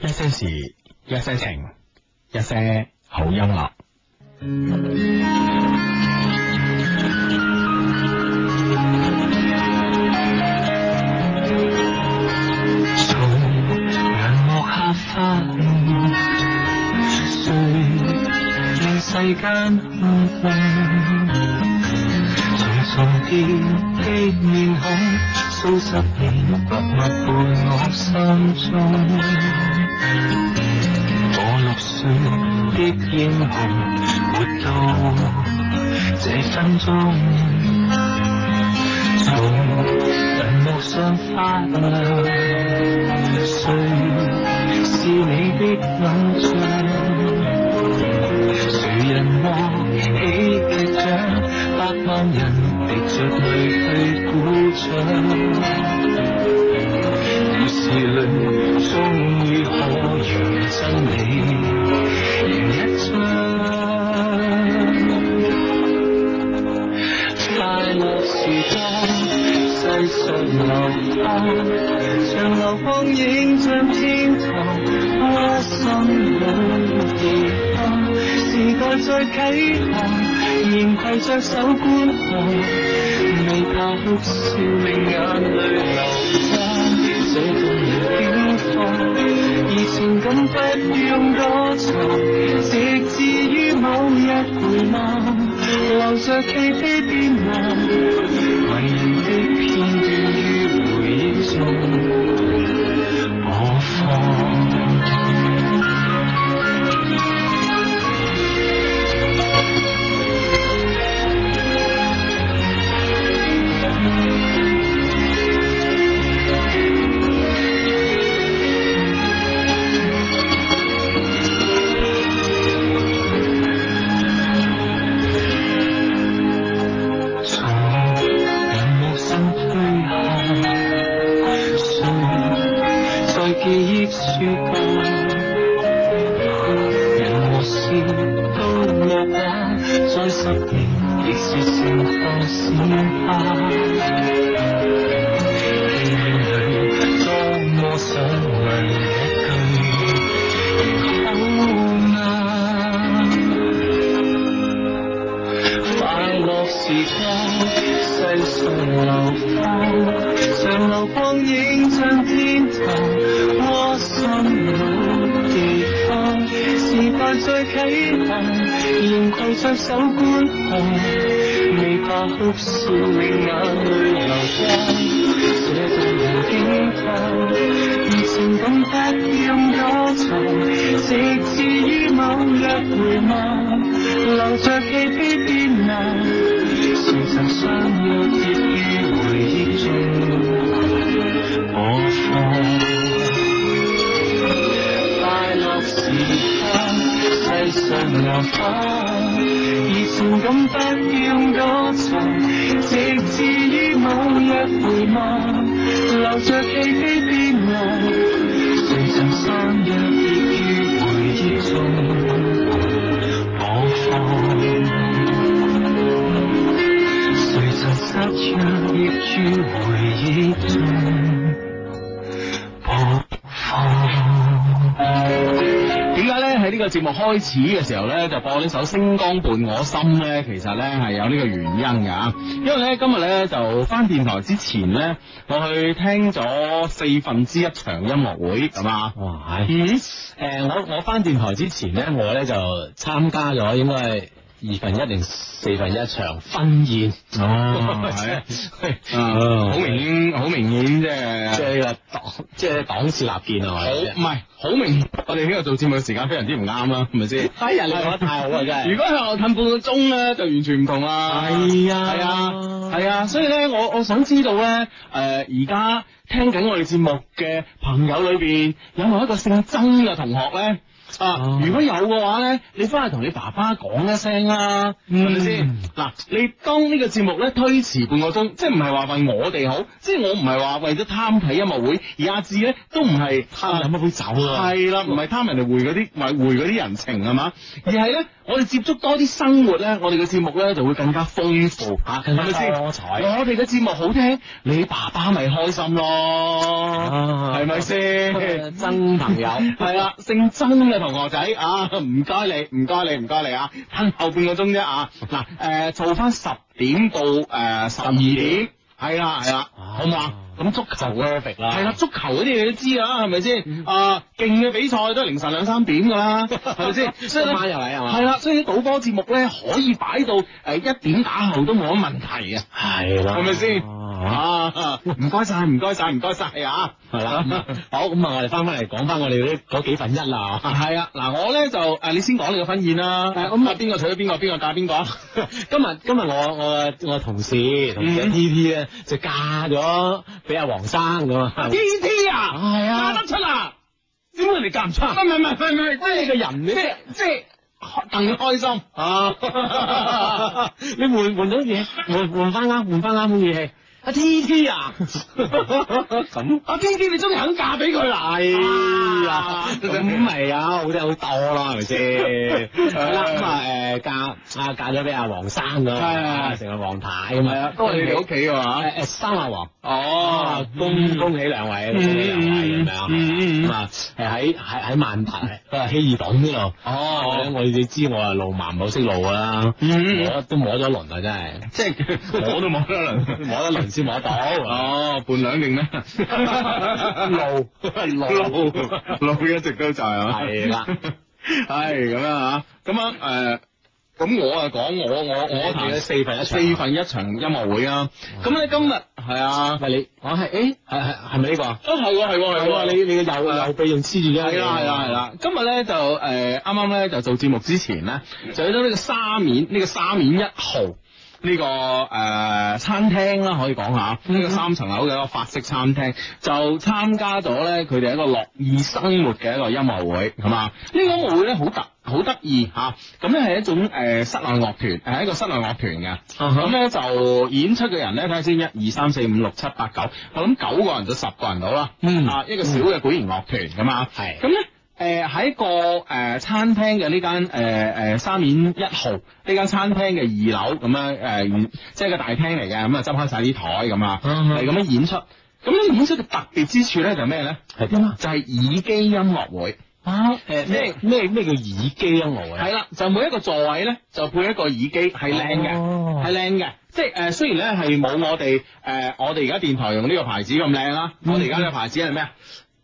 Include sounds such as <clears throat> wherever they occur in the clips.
一些事，一些情，一些好音樂。從陽幕下發夢，誰願世間空空？重重疊的面孔，數十年默默伴我心中。我綠雪的英雄，活到這分鐘。從銀幕上發亮。誰是你的偶像？誰人望喜劇獎？百萬人滴着淚去鼓掌。故事裏終於可讓真理贏一仗。快樂時光，世上流芳，長流光影像天堂，開心老地方，時代再啟航，仍攜着手觀看，未怕哭笑令眼淚流乾，這動人景況，而情感不用躲藏，直至於某日回望。留着記憶變幻，迷人的片段於回憶中播放。從人無心推下，誰在記憶樹下？人和事都落畫，再十年亦是盛放鮮花。戲院裏當我想問一句，好嗎？快樂時光，世上流芳，長流光影像天堂，窩心老地方，時代再啟航，仍攜着手觀看，未怕哭笑令眼淚流光。這動人景況，熱情感不用躲藏，直至於某日回望，留着記憶變冷，誰曾相約跌於回憶中播放。快樂時光，世上流芳，熱情感不用躲藏，直至於某日回望，留着記憶變老，誰曾相約亦於回憶中播放，誰曾失約亦於回憶中播放。點解咧喺呢個節目開始嘅時候咧就播呢首《星光伴我心》咧？其實咧係有呢個原因㗎，因為咧今日咧就翻電台之前咧，我去聽咗四分之一場音樂會咁啊。哇！嗯，誒、我我翻電台之前咧，我咧就參加咗應該係二分一定四分一場婚宴。哦係 <laughs> 係啊好明顯，好明顯即係即係呢個黨，即係黨次立見啊！好我哋唔係好明顯，我哋呢個做節目嘅時間非常之唔啱啦，係咪先？哎呀，你講得太好啊！真係。如果向後褪半個鐘咧，就完全唔同啦。係啊係啊，係啊，所以咧，我我想知道咧，誒而家聽緊我哋節目嘅朋友裏邊，有冇一個姓曾嘅同學咧？啊哦，如果有嘅話咧，你翻去同你爸爸講一聲啦，係咪先嗯？嗱，你當呢個節目咧推遲半個鐘，即係唔係話為我哋好，即係我唔係話為咗貪睇音樂會，而阿志咧都唔係貪飲一杯酒啊喎。係啦，唔係貪人哋回嗰啲，唔係回嗰啲人情係嘛，而係咧，我哋接觸多啲生活咧，我哋嘅節目咧就會更加豐富嚇，係更加咪先？多彩我哋嘅節目好聽，你爸爸咪開心咯，啊係咪 <laughs> 先？真朋友係啦，姓曾嘅同學仔啊，唔該你，唔該你，唔該你啊，慳後半個鐘啫啊！嗱，誒、做翻十點到誒十二點，係啦係啦，好唔好啊？咁足球就 perfect 啦嗯係啦，足球嗰啲你都知啦，係咪先？啊，勁嘅比賽都係凌晨兩三點㗎 <laughs> 啦，係咪先？所以今晚又嚟係啊嘛係啦，所以啲賭波節目咧可以擺到誒一點打後都冇乜問題嘅，係啦，係咪先？啊啊，唔該晒，唔該晒，唔該晒啊！係啦，好咁啊！我哋翻翻嚟講翻我哋嗰啲嗰幾份一啦，啊，係啊，嗱，我咧就誒，你先講你個婚宴啦。誒，咁啊，邊個娶咗邊個，邊個嫁邊 <laughs> 個啊？今日今日我我我同事同事嗯 T T 咧就嫁咗俾阿黃生咁啊， T T 啊，係啊嫁得出啊？點解你嫁唔出啊？唔係唔係唔係唔係，即係你個人，即係即係戥佢開心啊！你換換到嘢，換換翻啱，換翻啱嘅語氣。阿 T T <laughs> 啊，咁阿 T T，你終於肯嫁俾佢啦！係啊，咁咁咪有好多好多啦，係咪先？係啦，咁啊誒嫁啊嫁咗俾阿黃生咁啊，係成個黃太咁係啊，都係你哋屋企嘅嘛？誒誒三阿黃。哦 Ờ. 啊，，恭恭喜兩位，恭喜兩位咁樣嗯嗯嗯咁啊，誒喺喺喺萬達啊希爾頓呢度，哦我我哋知我啊路盲唔好識路㗎啦，嗯嗯我都摸咗輪啊真係，即係 <laughs> 我都冇得啦。摸一輪先摸到，哦，伴娘定咩？啊 <laughs> 路路路一直都就係嘛，係啦，係咁樣啊，咁樣誒，咁我啊講我我我我哋嘅談四分一場啊四，分一場音樂會啊，咁咧今日係啊，喂你我係誒係係係咪呢個啊？啊係喎係喎係喎，你你嘅係右啊右臂用黐住咗，係啦係啊啦係啦，今日咧就呃誒啱啱咧就做節目之前咧，就去到呢個沙面呢、個沙面一號呢、個誒、呃餐廳啦，可以講下呢個三層樓嘅一個法式餐廳，就參加咗咧佢哋一個樂意生活嘅一個音樂會，係嘛？呢、個音樂會咧好特好得意嚇，咁咧係一種誒、呃室內樂團，係一個室內樂團嘅。咁咧就演出嘅人咧，睇下先，一二三四五六七八九，我諗九個人到十個人到啦。嗯啊，一個小嘅管弦樂團咁啊。係咁咧。誒喺、個誒、呃餐廳嘅呢間誒誒沙面一號呢間餐廳嘅二樓咁樣誒、呃即係個大廳嚟嘅，咁啊執開晒啲台咁啊，嗯哼係咁樣演出。咁呢演出嘅特別之處咧就係咩咧？係點啊？就係耳機音樂會。啊誒咩咩咩叫耳機音樂啊？係啦，就每一個座位咧，就配一個耳機，係靚嘅，哦係靚嘅。即係誒、呃，雖然咧係冇我哋誒、呃我哋而家電台用呢個牌子咁靚啦，嗯我哋而家嘅牌子係咩啊？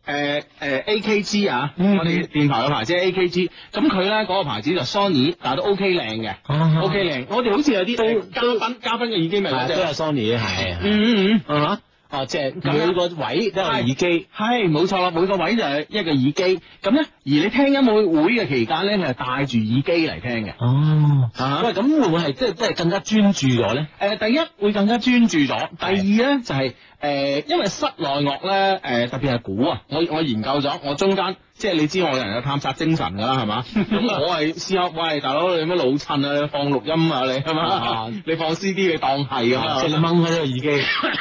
誒誒 AKG 啊，嗯我哋電台嘅牌子係 AKG，咁佢咧嗰個牌子就 Sony，但係都 OK 靚嘅啊，OK 靚。我哋好似有啲都呃嘉賓嘉賓嘅耳機咪係啊嗰都隻有，Sony 係係嗯嗯嗯。啊哈！哦，即係每個位都有耳機，係冇錯啦，每個位就係一個耳機，咁咧而你聽音樂會嘅期間咧，你係戴住耳機嚟聽嘅。哦，啊喂，咁會唔會係即係即係更加專注咗咧？誒、第一會更加專注咗，第二咧就係、誒、因為室內樂咧誒、特別係鼓啊，我我研究咗，我中間即係你知我人有探索精神㗎啦，係嘛？咁我係試下，喂大佬你咩老襯啊，你放錄音啊你係嘛啊？你放 CD 你當係啊即係你掹開呢個耳 <laughs> 機，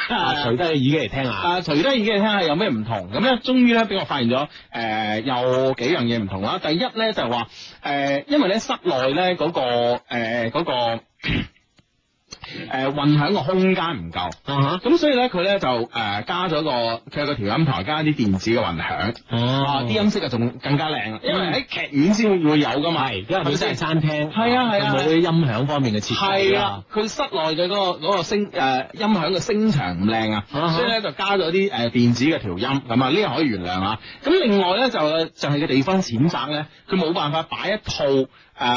啊除低個耳機嚟聽下。啊，除低耳機嚟聽下有咩唔同，咁咧終於咧俾我發現咗誒、呃有幾樣嘢唔同啦。第一咧就係話誒，因為咧室內咧嗰、個呃誒嗰、個誒、混響個空間唔夠。啊咁所以咧，佢咧就誒、加咗個佢有個調音台加啲電子嘅混響，哈！啊哦嗯啲音色啊仲更加靚，因為喺劇院先會有噶嘛，係，因為係咪本身係先餐廳，係啊係啊佢冇啲音響方面嘅設係計啦啊。，佢室內嘅嗰、個嗰個聲誒、音響嘅聲場唔靚啊，啊哈所以咧就加咗啲誒電子嘅調音，咁啊呢個可以原諒啊。咁另外咧就呃就係、個地方淺窄咧，佢冇辦法擺一套誒呢、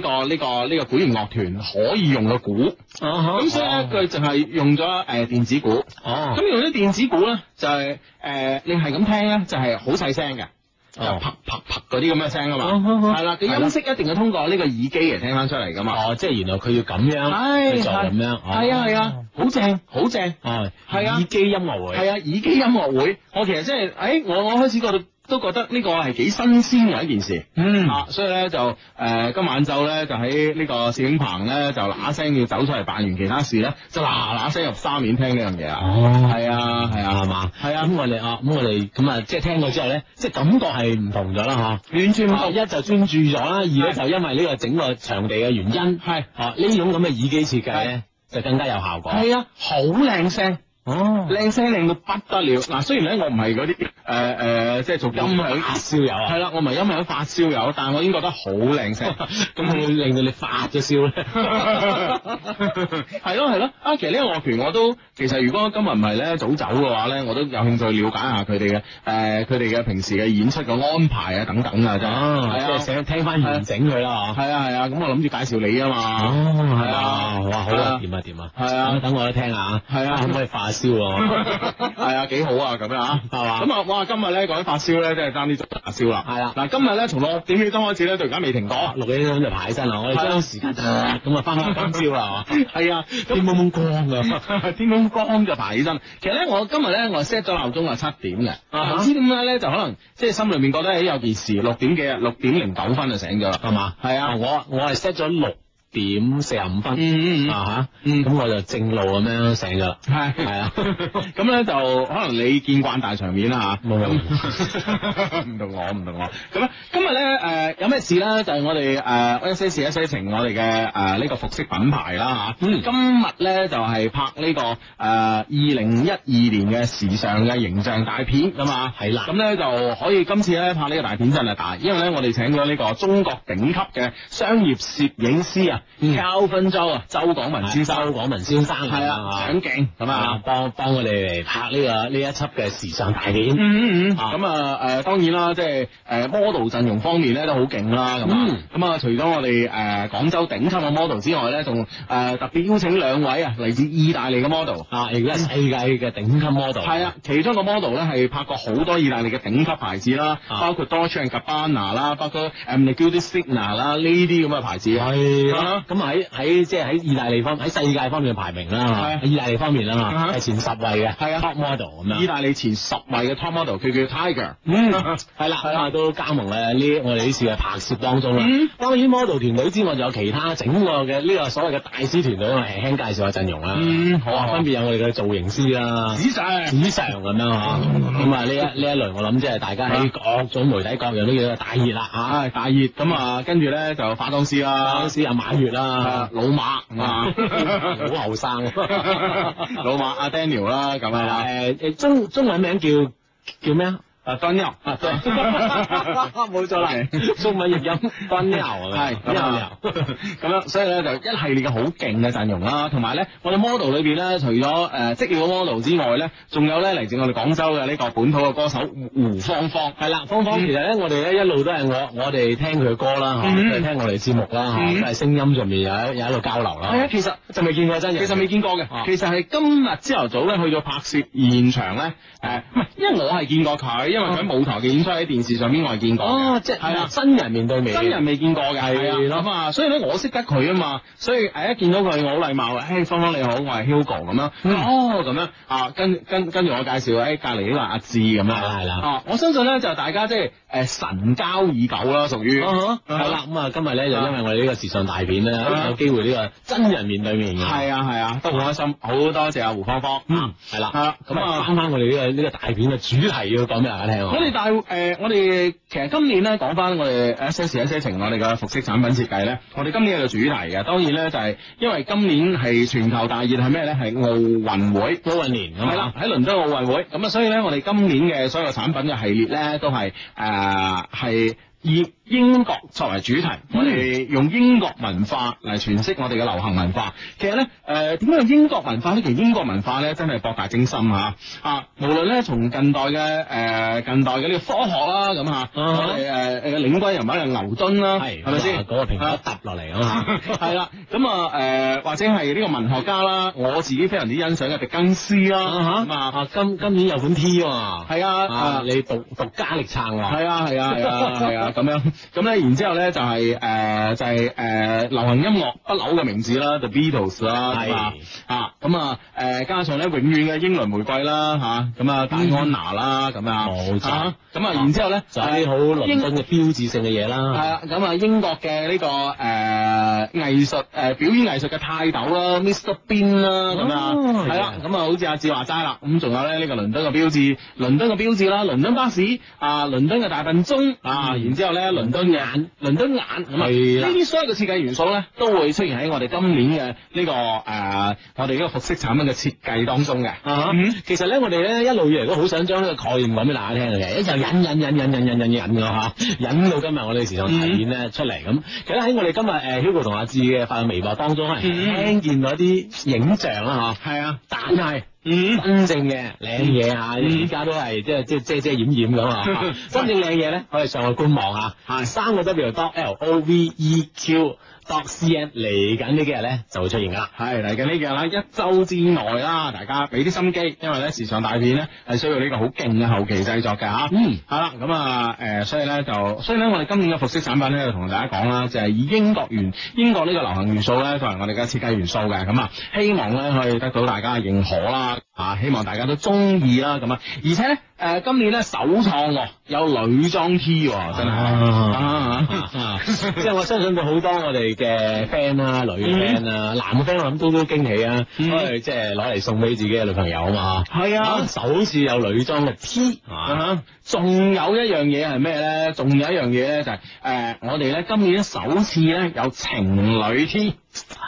個呢、個呢、個管弦樂團可以用嘅鼓，啊咁咁所以咧佢就係用咗誒、電子鼓。哦，咁用啲電子鼓咧，就係、誒你係咁聽咧，就係好細聲嘅，就哦啪啪啪嗰啲咁嘅聲啊哦哦嘛，哦係啦，佢音色一定要通過呢個耳機嚟聽翻出嚟噶嘛，哦，即係原來佢要咁樣係去做咁樣，哦係啊係啊，，好正啊好正，哦，係啊耳機音樂會，係啊耳機音樂會，我其實真係，誒我我開始覺得都覺得呢個係幾新鮮嘅一件事。嗯啊，所以咧就誒、呃今晚晝咧就喺呢個攝影棚咧就嗱嗱聲要走出嚟辦完其他事咧，就嗱嗱聲入沙面聽呢樣嘢啊！哦，係啊，係啊，係嘛？係啊咁我哋啊，咁我哋咁啊，即係聽過之後咧，即係感覺係唔同咗啦，完全唔嗬。咁啊同。一就專注咗啦，二咧係就因為呢個整個場地嘅原因，係啊呢種咁嘅耳機設計咧，就更加有效果。係啊，好靚聲，哦靚聲靚到不得了。嗱，雖然咧我唔係嗰啲誒誒，即係做音響發燒友係啊，啦，我唔係音響發燒友，但我已經覺得好靚聲。咁會令到你發咗燒 <laughs> 咧。係咯係咯，啊其實呢個樂團我都其實如果今日唔係咧早走嘅話咧，我都有興趣了解下佢哋嘅誒佢哋嘅平時嘅演出嘅安排啊等等啊，真係哦，即係係啊想聽翻完整佢啦，嗬。係啊係啊，咁我諗住介紹你啊哦，嘛，係啊啊，哇，好係啊啊，點啊點啊，係啊咁等我都聽下啊，係啊可唔可以發燒啊？ <laughs> 係啊幾好啊咁樣啊。係嘛？咁啊，哇！今日咧講起發燒咧，真係爭啲做發燒啦。係啊啦嗱，今日咧從六點幾鐘開始咧，到而家未停過。六幾鐘就哦排起身啦，我哋將時間呃咁啊翻返今朝 <laughs> 啦，係嘛係啊，天蒙蒙光啊，天空光就爬起身。其實咧，我今日咧我 set 咗鬧鐘係七點啊嘅，哈唔知點解咧就可能即係心裏面覺得誒有件事，六點幾啊，六點零九分就醒咗啦。係嘛？哦係啊，我我係 set 咗六點四十五分嗯嗯嗯，啊吓，嗯咁我就正路咁樣醒咗啦，係係啊， <laughs> 咁咧就可能你見慣大場面啦嚇，冇冇咁 <laughs> 唔同我唔同我。咁咧今日咧呃誒有咩事咧？就係、我哋誒、呃、一些事一些情我哋嘅誒呢個服飾品牌啦嚇。嗯今日咧就係、拍呢、個誒二零一二年嘅時尚嘅形象大片咁啊。係啦咁，咧就可以今次咧拍呢個大片真係大，因為咧我哋請咗呢個中國頂級嘅商業攝影師啊嗯，Calvin 周啊，周廣文先生周。廣文先生係啊，係搶鏡咁咁啊啊，幫幫我哋嚟拍呢個呢一輯嘅時尚大片，嗯嗯嗯，啊咁啊誒當然啦，即係誒 model 陣容方面咧都好勁啦，咁啊嗯咁啊除咗我哋誒廣州頂級嘅 model 之外咧，仲誒特別邀請兩位啊嚟自意大利嘅 model。啊亦都係世界嘅頂級 model，係啊，，其中一個 model 咧係拍過好多意大利嘅頂級牌子啦，啊包括 Dolce Gabbana 啦，包括呃誒 n i g u d i Signa 啦呢啲咁嘅牌子。係啊啦，咁喺喺即係喺意大利方喺世界方面嘅排名係啊啦，喺意大利方面啦啊哈嘛，係前十位嘅係啊，top model 咁意樣。大利前十位嘅 top model，佢叫 Tiger。 <laughs> 嗯，係啦，咁啊都加盟咧呢我哋呢次嘅拍攝當中嗯啦。當然 model 團隊之外，仲有其他整個嘅呢個所謂嘅大師團隊，我輕輕介紹下陣容啦。嗯好啊分別有我哋嘅造型師啦、仔細紙上咁樣嚇。咁啊呢一呢一輪我諗即係大家喺各種媒體各樣都叫做大熱啦啊嚇。啊，大熱咁啊，跟住咧就化妝師啦當，時阿馬月啦啊，老馬啊啊，，好後生。 <laughs> <laughs> 老馬阿 Daniel 啦，咁係啦，啊，誒誒中中文名叫叫咩啊？啊 Daniel 啊， <laughs> 對冇錯啦 OK，中文譯音分牛啊，係咁啊，咁樣，所以咧就一系列嘅好勁嘅陣容啦，同埋咧我哋 model 裏邊咧，除咗誒職業嘅 model 之外咧，仲有咧嚟自我哋廣州嘅呢個本土嘅歌手胡芳芳，係啦，芳芳其實咧，我哋咧一路都係我我哋聽佢歌啦，嗯嚇，都係聽我哋節目啦，嗯嚇，都係聲音上面有一有一路交流係啊啦，。其實就未見過真人，其實未見過嘅啊，其實係今日朝頭早咧去到拍攝現場咧，誒呃唔係，因為我係見過佢，因為佢喺舞台嘅演出喺電視上邊我係見過嘅哦，即係係啦。真人面對面，真人未見過嘅，係係啊，咯咁啊，所以咧我識得佢啊嘛，所以誒一見到佢我好禮貌哎嘅，誒芳芳你好，我係 Hugo 咁樣，嗯哦咁樣啊，跟跟跟住我介紹誒隔離呢個阿志咁樣，係啦係啦啊我相信咧就大家即係誒神交已久啦，屬於。啊哈係啦，咁啊今日咧就因為我哋呢個時尚大片咧，啊有機會呢個真人面對面嘅，係啊係啊，都好開心，好多謝阿胡芳芳。嗯，係啦，係啦咁咁啊啊翻翻我哋呢個呢個大片嘅主題要講俾大家聽啊我哋大誒、呃我哋其實今年咧講翻我哋呃一些事一些情，我哋嘅服飾產品設計咧，我哋今年有個主題嘅，當然咧就係、因為今年係全球大熱係咩咧？係奧運會。奧運年咁啊係啦，啊喺倫敦奧運會，咁啊，所以咧，我哋今年嘅所有產品嘅系列咧，都係誒係以英國作為主題，我哋用英國文化嚟詮釋我哋嘅流行文化。其實咧，誒點解用英國文化呢？其實英國文化咧真係博大精深嚇啊！無論咧從近代嘅誒、呃近代嘅呢個科學啦咁嚇，我哋誒誒領軍人物係呃牛頓啦，係啊係咪先？嗰個蘋啊果揼落嚟啊嘛， <laughs> 係啦，咁啊誒，或者係呢個文學家啦，我自己非常之欣賞嘅狄更斯啦，咁啊，啊今今年有本 T 喎，係啊，啊啊你獨獨家力撐喎， <laughs> 係啊係啊係啊係啊咁樣，咁咧然之後咧就係、誒、就係、誒、流行音樂不朽嘅名字啦，The Beatles 啦，係咁啊啊咁啊誒加上咧永遠嘅英倫玫瑰啦嚇，咁啊戴安娜啦咁啊，冇錯啊咁啊然之後咧就係啲好倫敦嘅標誌性嘅嘢係啦。啊，咁啊英國嘅呢、個誒藝術誒表演藝術嘅泰斗啦，Mr. Bean 啦咁啊，哦係啦，係咁啊好似阿志話齋啦，咁仲有咧呢個倫敦嘅標誌，倫敦嘅標誌啦，倫敦巴士啊，倫敦嘅大笨鐘啊，嗯然之後咧倫敦嘅眼，倫敦眼咁啊，呢係啦啲所有嘅設計元素咧都會出現喺我哋今年嘅呢個誒我哋呢個服飾產品嘅設計當中嘅。啊嗯其實咧，我哋咧一路以嚟都好想將呢個概念講俾大家聽嘅，一就引引引引引引引引嘅嚇，引到今日我哋時尚層面咧出嚟咁。其實喺我哋今日誒 Hugo 同阿志嘅發嘅微博當中，可能嗯聽見到一啲影像啦嚇。係啊，但係嗯。真正嘅靚嘢嚇，嗯而家都係即係即係遮遮掩掩 <laughs> 咁啊！真正靚嘢咧，可以上去官網啊，三個 W dot L O V E Q dot C N 嚟緊呢幾日咧就會出現噶啦。係嚟緊呢幾日啦，一周之內啦，大家俾啲心機，因為咧時尚大片咧係需要呢個好勁嘅後期製作嘅嚇。嗯，係啦，咁啊，誒、所以咧就，所以咧，我哋今年嘅服飾產品咧，就同大家講啦，就係、以英國元英國呢個流行元素咧，作為我哋嘅設計元素嘅，咁啊，希望咧可以得到大家嘅認可啦，啊，希望大家都中意啦，咁啊，而且咧，誒、今年咧首創喎，有女裝 T 喎，真係， <laughs> 啊啊啊！嗯即係我相信到好多我哋嘅 friend 啦，女嘅 friend 啦，男嘅 friend 我諗都都驚喜啊，嗯因為即係攞嚟送俾自己嘅女朋友啊 <laughs> 嘛，係啊啊首次有女裝嘅 T 啊，啊！仲有一樣嘢係咩咧？仲有一樣嘢咧就係、呃我哋咧今年首次咧有情侶 T，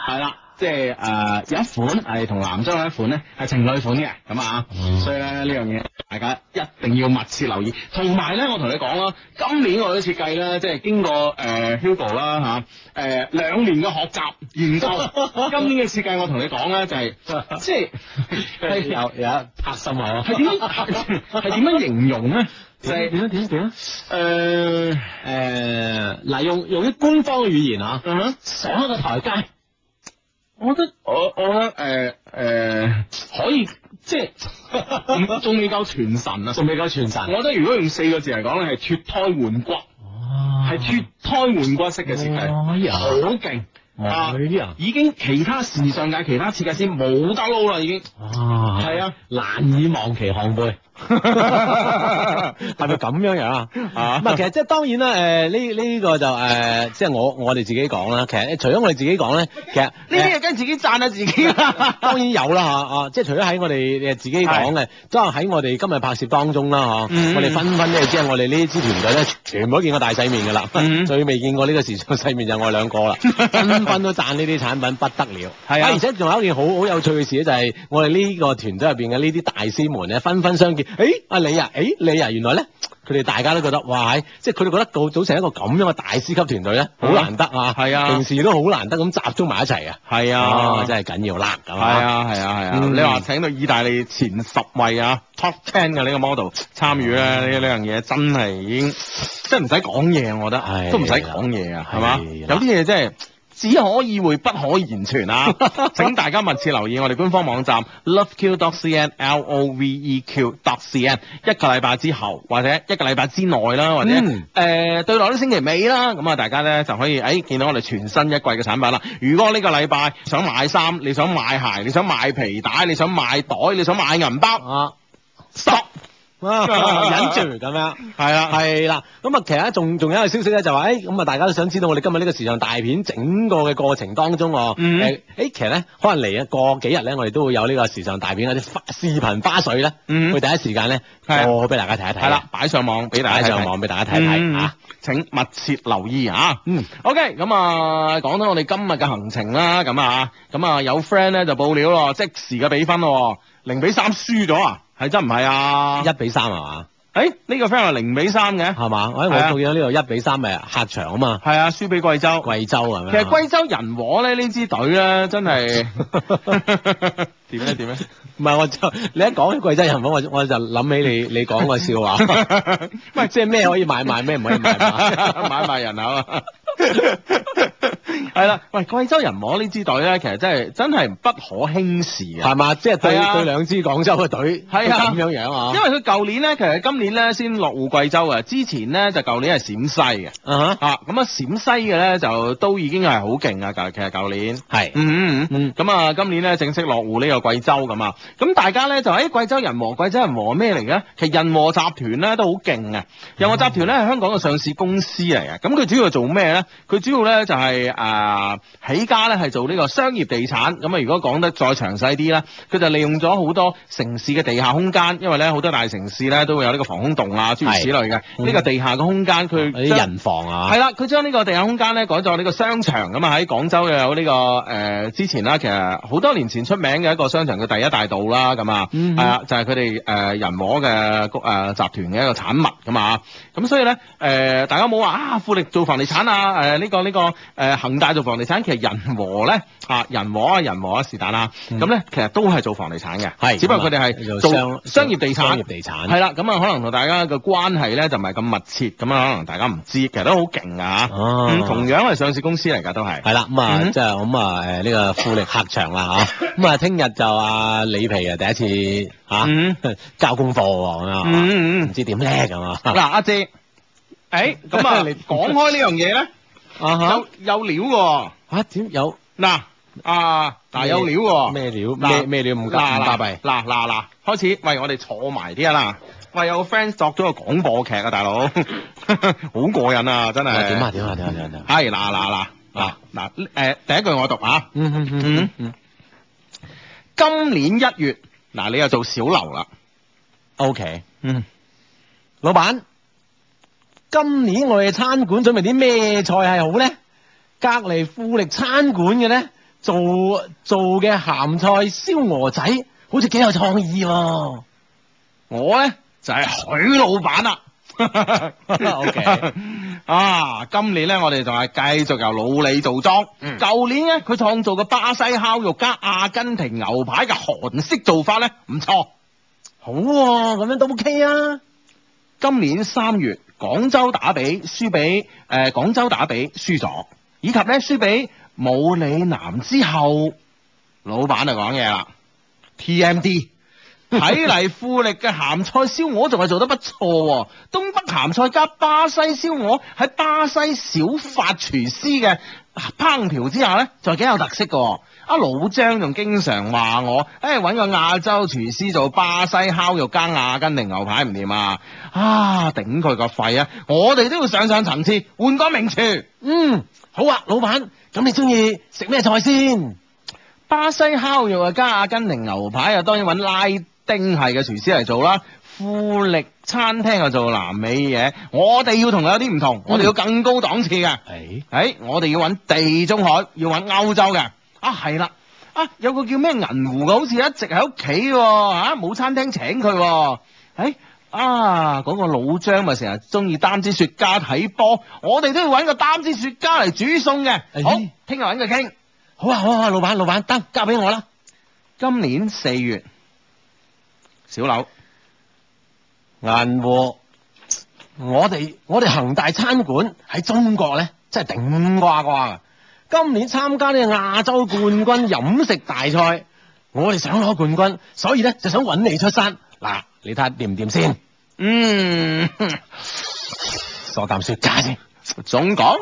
係啦。即係誒、呃有一款係同男裝有一款咧係情侶款嘅咁啊，嗯所以咧呢樣嘢大家一定要密切留意。同埋咧，我同你講啦，今年我啲設計咧，即係經過誒、呃 Hugo 啦嚇，誒、兩年嘅學習研究， <laughs> 今年嘅設計我同你講咧就係、即係係 <laughs> <laughs> 有有一拍心口啊，係點 <laughs> 樣係點樣形容咧？就係呃點啊點啊點啊！誒誒，嗱，用用啲官方嘅語言啊，嗯哼，上一個台階，我覺得我我覺得呃誒誒可以即係唔仲未夠全神啊！仲未夠全神我，覺得如果用四個字嚟講咧，係脱胎換啊骨，係係脱胎換骨式嘅設哦計，哦哎呀，好勁啊！哎呀，已經其他時尚界其他設計師冇得撈啦，已經。哇，係啊，難以望其項背， <laughs> 係咪咁樣樣啊？啊唔係，其實即係當然啦，誒呢呢個就誒，即係我我哋自己講啦。其實除咗我哋自己講咧，其實呢要跟自己讚下自己啦。 <laughs> 當然有啦嚇啊！即係除咗喺我哋誒自己講嘅，都係喺我哋今日拍攝當中啦嚇。嗯我哋紛紛咧，即係我哋呢支團隊咧，全部都見過大世面㗎啦。嗯 <laughs> 最未見過呢個時尚世面就我兩個 <laughs> 啦，紛紛都讚呢啲產品不得了。係啊而且仲有一件好好有趣嘅事咧，就係我哋呢個團隊入邊嘅呢啲大師們咧，紛紛相見。誒阿你啊，誒你啊，原來咧。佢哋大家都覺得，哇！係即係佢哋覺得組組成一個咁樣嘅大師級團隊咧，好難得啊！係嗯啊平時都好難得咁集中埋一齊啊！係啊，真係緊要啦，咁係哦啊係啊係啊！嗯你話請到意大利前十位啊 top ten 嘅呢個 model 參與咧，嗯呢呢樣嘢真係已經即係唔使講嘢，我覺得係都唔使講嘢啊，係嘛？係啦有啲嘢真係。只可意會，不可言傳啊！ <laughs> 請大家密切留意我哋官方網站 loveq.cn l o v e q.cn，一個禮拜之後或者一個禮拜之內啦，或者誒、嗯呃、對落啲星期尾啦，咁啊大家咧就可以誒、哎、見到我哋全新一季嘅產品啦。如果呢個禮拜想買衫，你想買鞋，你想買皮帶，你想買袋，你想買銀包啊， ，stop 啊 <laughs> 忍住咁樣。係啦，係啦，咁啊，其實仲仲有一個消息咧，就話，誒，咁啊，大家都想知道我哋今日呢個時尚大片整個嘅過程當中，哦，嗯誒，誒其實咧，可能嚟啊過幾日咧，我哋都會有呢個時尚大片嗰啲花視頻花絮咧，嗯會第一時間咧係啊播俾大家睇一睇，係啦，，擺上網俾大擺家睇睇上網俾大家睇睇嗯啊，請密切留意啊！嗯。 OK，咁啊，講到我哋今日嘅行程啦，咁啊，咁啊，有 friend 咧就報料咯，即時嘅比分咯，零比三輸咗啊，係真唔係啊？一比三係嘛？誒，呢個 friend 係零比三嘅，係嘛？喂，係啊我見到呢度一比三咪客場啊嘛，係啊，輸俾貴州。貴州係咪啊？其實貴州人和咧呢支隊咧，真 <laughs> 係點咧點咧？唔係我就你一講起貴州人房，我就我就諗起你你講個笑話， <laughs> 唔係即係咩可以買賣，咩唔可以買賣。買賣人口啊！係啦，喂，貴州人摸呢支隊咧，其實真係真係不可輕視嘅。係嘛？即係對係啊對兩支廣州嘅隊係啊咁樣樣啊因。為佢舊年咧，其實今年咧先落戶貴州啊，之前咧就舊年係陝西嘅，啊啊咁啊陝西嘅咧就都已經係好勁啊，其實舊年。哈，係嗯嗯嗯嗯，咁啊，今年咧正式落户呢個貴州咁啊，咁大家咧就喺貴州人和貴州人和咩嚟嘅？其實人和集團咧都好勁嘅，人和集團咧嗯係香港嘅上市公司嚟嘅，咁佢主要做咩咧？佢主要咧就係、啊起家咧係做呢個商業地產，咁啊如果講得再詳細啲咧，佢就利用咗好多城市嘅地下空間，因為咧好多大城市咧都會有呢個防空洞啊諸如此類嘅，呢、嗯個地下嘅空間佢啲將人防啊係，啦，佢將呢個地下空間咧改作呢個商場咁啊，喺廣州又有呢、個誒、呃之前啦，其實好多年前出名嘅一個商場叫第一大道啦，咁啊，嗯係啊，就係佢哋誒人和嘅誒集團嘅一個產物咁啊，咁所以咧誒、呃大家冇話啊富力做房地產啊，誒、呢、個呢、個誒、呃恒大做房地產，其實人和咧啊人和啊人和啊是但啦，咁咧、其實都係做房地產嘅，嗯係只不過佢咁哋啊係做做商商業地產，商業地產係啦，咁啊可能同大家嘅關係咧就唔係咁密切，咁啊可能大家唔知，其實都好勁㗎嚇。哦嗯，同樣係上市公司嚟㗎，都係。係啦，咁啊，嗯即係咁啊，誒呢個富力客場啦嚇，咁啊，聽日就啊李皮啊第一次嚇嗯 <laughs> 交功課喎，咁樣嗯嗯啊嗯唔知點叻咁啊，嗱，阿姐，誒 <laughs> 咁啊，你講開呢樣嘢 <laughs> 咧，啊有有料喎。嚇點有嗱啊嗱有料喎。咩料嗱咩咩料唔嗱加唔啊巴嗱閉嗱嗱嗱，開始，喂，我哋坐埋啲啊啦。喂，有個 friend 作咗個廣播劇啊，大佬， <laughs> 好過癮啊，真係。啊點啊點啊點啊點啊點啊，係嗱嗱嗱嗱嗱誒，第一句我讀啊。嗯嗯嗯嗯今年一月，嗱你又做小樓啦， ，OK，嗯，老闆，今年我哋餐館準備啲咩菜係好咧？隔離富力餐館嘅咧做做嘅鹹菜燒鵝仔，好似幾有創意喎。我咧就係、許老闆啦。 <laughs> OK <laughs> 啊，今年咧我哋就係繼續由老李做莊。嗯舊、年咧佢創造嘅巴西烤肉加阿根廷牛排嘅韓式做法咧唔錯。好喎、咁樣都 OK 啊。今年三月廣州打比輸俾誒、呃、廣州打比輸咗，以及咧輸俾武里南之後，老闆就講嘢啦，TMD。睇 <laughs> 嚟富力嘅鹹菜燒鵝仲係做得不錯喎、東北鹹菜加巴西燒鵝喺巴西小法廚師嘅烹調之下咧，就係幾有特色嘅喎、阿老張仲經常話我，誒揾個亞洲廚師做巴西烤肉加阿根廷牛排唔掂啊！啊，頂佢個肺啊！我哋都要上上層次，換個名廚。嗯，好啊，老闆，咁你中意食咩菜先？巴西烤肉啊，加阿根廷牛排啊，當然揾拉丁系嘅廚師嚟做啦。富力餐廳啊做南美嘢，我哋要同佢有啲唔同，我哋要更高檔次嘅。誒、誒，我哋要揾地中海，要揾歐洲嘅。啊，係啦，啊有個叫咩銀湖嘅，好似一直喺屋企喎，嚇冇餐廳請佢喎。誒啊，嗰、個老張咪成日中意擔支雪茄睇波，我哋都要揾個擔支雪茄嚟煮餸嘅。哎好，聽日揾佢傾。好啊，好啊，好啊老闆，老闆，得交俾我啦。今年四月，小柳銀和，我哋我哋恒大餐館喺中國咧，真係頂呱呱啊！今年參加呢個亞洲冠軍飲食大賽，我哋想攞冠軍，所以咧就想揾你出山。嗱，你睇下掂唔掂先？嗯，索啖雪茄先。總講，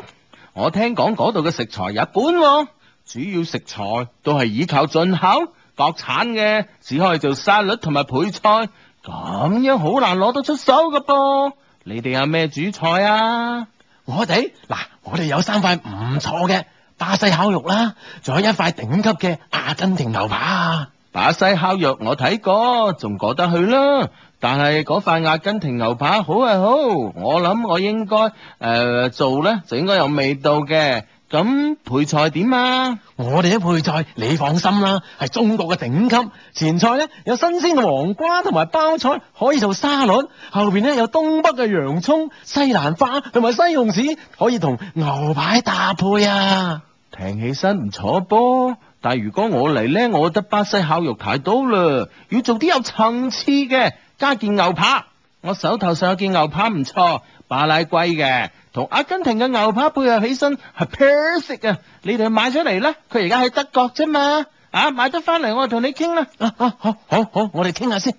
我聽講嗰度嘅食材日本喎、主要食材都係依靠進口，國產嘅只可以做沙律同埋配菜，咁樣好難攞得出手噶噃。你哋有咩主菜啊？我哋嗱，我哋有三塊唔錯嘅巴西烤肉啦，仲有一塊頂級嘅阿根廷牛扒啊！巴西烤肉我睇過，仲過得去啦。但係嗰塊阿根廷牛扒好係好，我諗我應該誒、呃做呢，就應該有味道嘅。咁配菜點啊？我哋啲配菜你放心啦，係中國嘅頂級前菜咧，有新鮮嘅黃瓜同埋包菜可以做沙律，後邊咧有東北嘅洋葱、西蘭花同埋西紅柿可以同牛排搭配啊！聽起身唔錯噃，但係如果我嚟呢，我覺得巴西烤肉太多啦，要做啲有層次嘅，加件牛扒。我手頭上有件牛扒唔錯，巴拉圭嘅，同阿根廷嘅牛扒配合起身係 perfect 啊！你哋買咗嚟啦，佢而家喺德國啫嘛，啊買得翻嚟我就同你傾啦。啊啊好好好，我哋傾下先。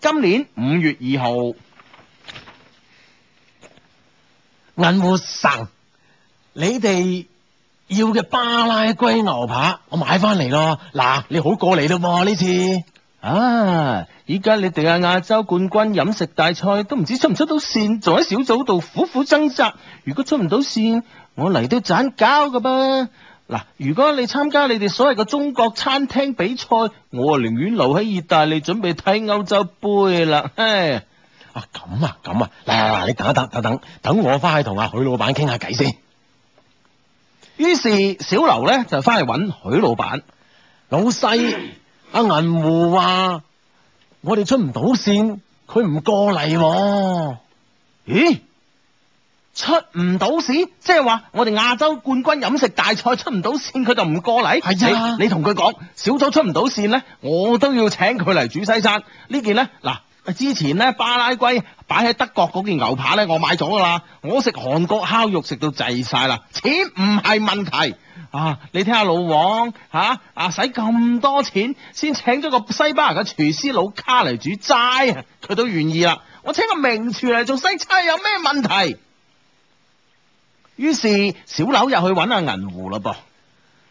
今年五月二號，銀活神，你哋要嘅巴拉圭牛扒，我買翻嚟咯。嗱，你好過嚟咯喎呢次。啊！依家你哋嘅亞洲冠軍飲食大賽都唔知出唔出到線，仲喺小組度苦苦掙扎。如果出唔到線，我嚟都盞交噶噃。嗱，如果你參加你哋所謂嘅中國餐廳比賽，我啊寧願留喺意大利準備睇歐洲杯啦。唉，啊咁啊咁啊，嗱嗱嗱，你等一等等等，等我翻去同阿許老闆傾下偈先。於是小劉咧就翻去揾許老闆。老細，阿銀湖話我哋出唔到線，佢唔過嚟喎、咦？出唔到線，即係話我哋亞洲冠軍飲食大賽出唔到線，佢就唔過嚟。係啊你你同佢講，小組出唔到線咧，我都要請佢嚟煮西餐。呢件咧，嗱，之前咧巴拉圭擺喺德國嗰件牛扒咧，我買咗㗎啦。我食韓國烤肉食到滯晒啦，錢唔係問題。啊！你睇下老王嚇啊，使咁多錢先請咗個西班牙嘅廚師老卡嚟煮齋，啊佢都願意啦。我請個名廚嚟做西餐有咩問題？於是小柳又去揾阿銀狐嘞噃。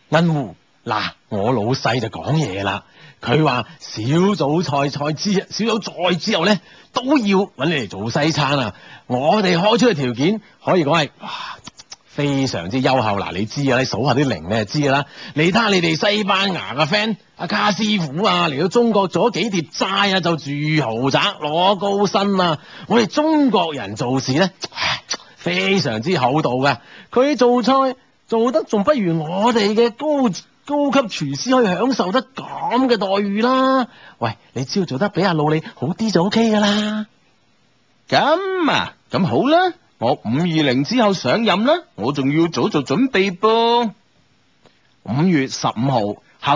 銀湖，嗱，我老細就講嘢啦，佢話小組賽賽之小組賽之後咧，都要揾你嚟做西餐啊！我哋開出嘅條件可以講係哇，非常之優厚。嗱，你知啊㗎啦，你數下啲零你就知㗎啦。你睇下你哋西班牙嘅 friend 阿卡師傅啊，嚟到中國做咗幾碟齋啊，就住豪宅攞高薪啊！我哋中國人做事咧。唉非常之厚道嘅。佢做菜做得仲不如我哋嘅高高級廚師可以享受得咁嘅待遇啦。喂，你只要做得比阿老李好啲就 OK 噶啦。咁啊，咁好啦，我五二零之後上任啦，我仲要早做準備噃。五月十五號，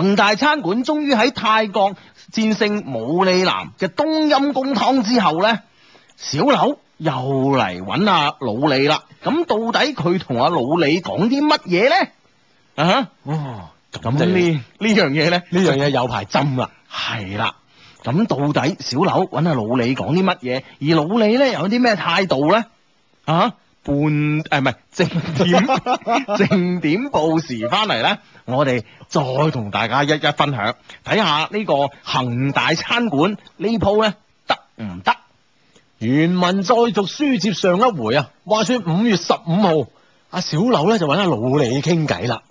恒大餐館終於喺泰國戰勝武里南嘅冬陰公湯之後呢，小柳又嚟揾阿老李啦。咁到底佢同阿老李講啲乜嘢呢？啊哈！哦，咁呢呢樣嘢呢，呢樣嘢有排針啦。係啦。咁到底小柳揾阿老李講啲乜嘢？而老李咧有啲咩態度咧？啊，半誒唔係正 <laughs> 點正點報時翻嚟咧，我哋再同大家一一分享，睇下呢個恒大餐館呢鋪咧得唔得？原文再續書接上一回啊，話說五月十五號，阿小柳咧就揾阿老李傾偈啦。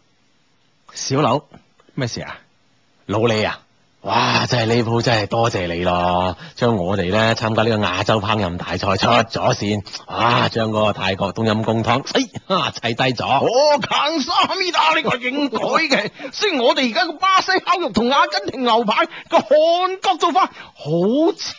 小柳咩事啊？老李啊，哇！真係呢鋪真係多謝你咯，將我哋咧參加呢個亞洲烹飪大賽出咗線，啊，將嗰個泰國冬陰公湯，哎哈砌低咗。我啃沙咪打呢個應該嘅， <laughs> 雖然我哋而家個巴西烤肉同阿根廷牛排個韓國做法好似，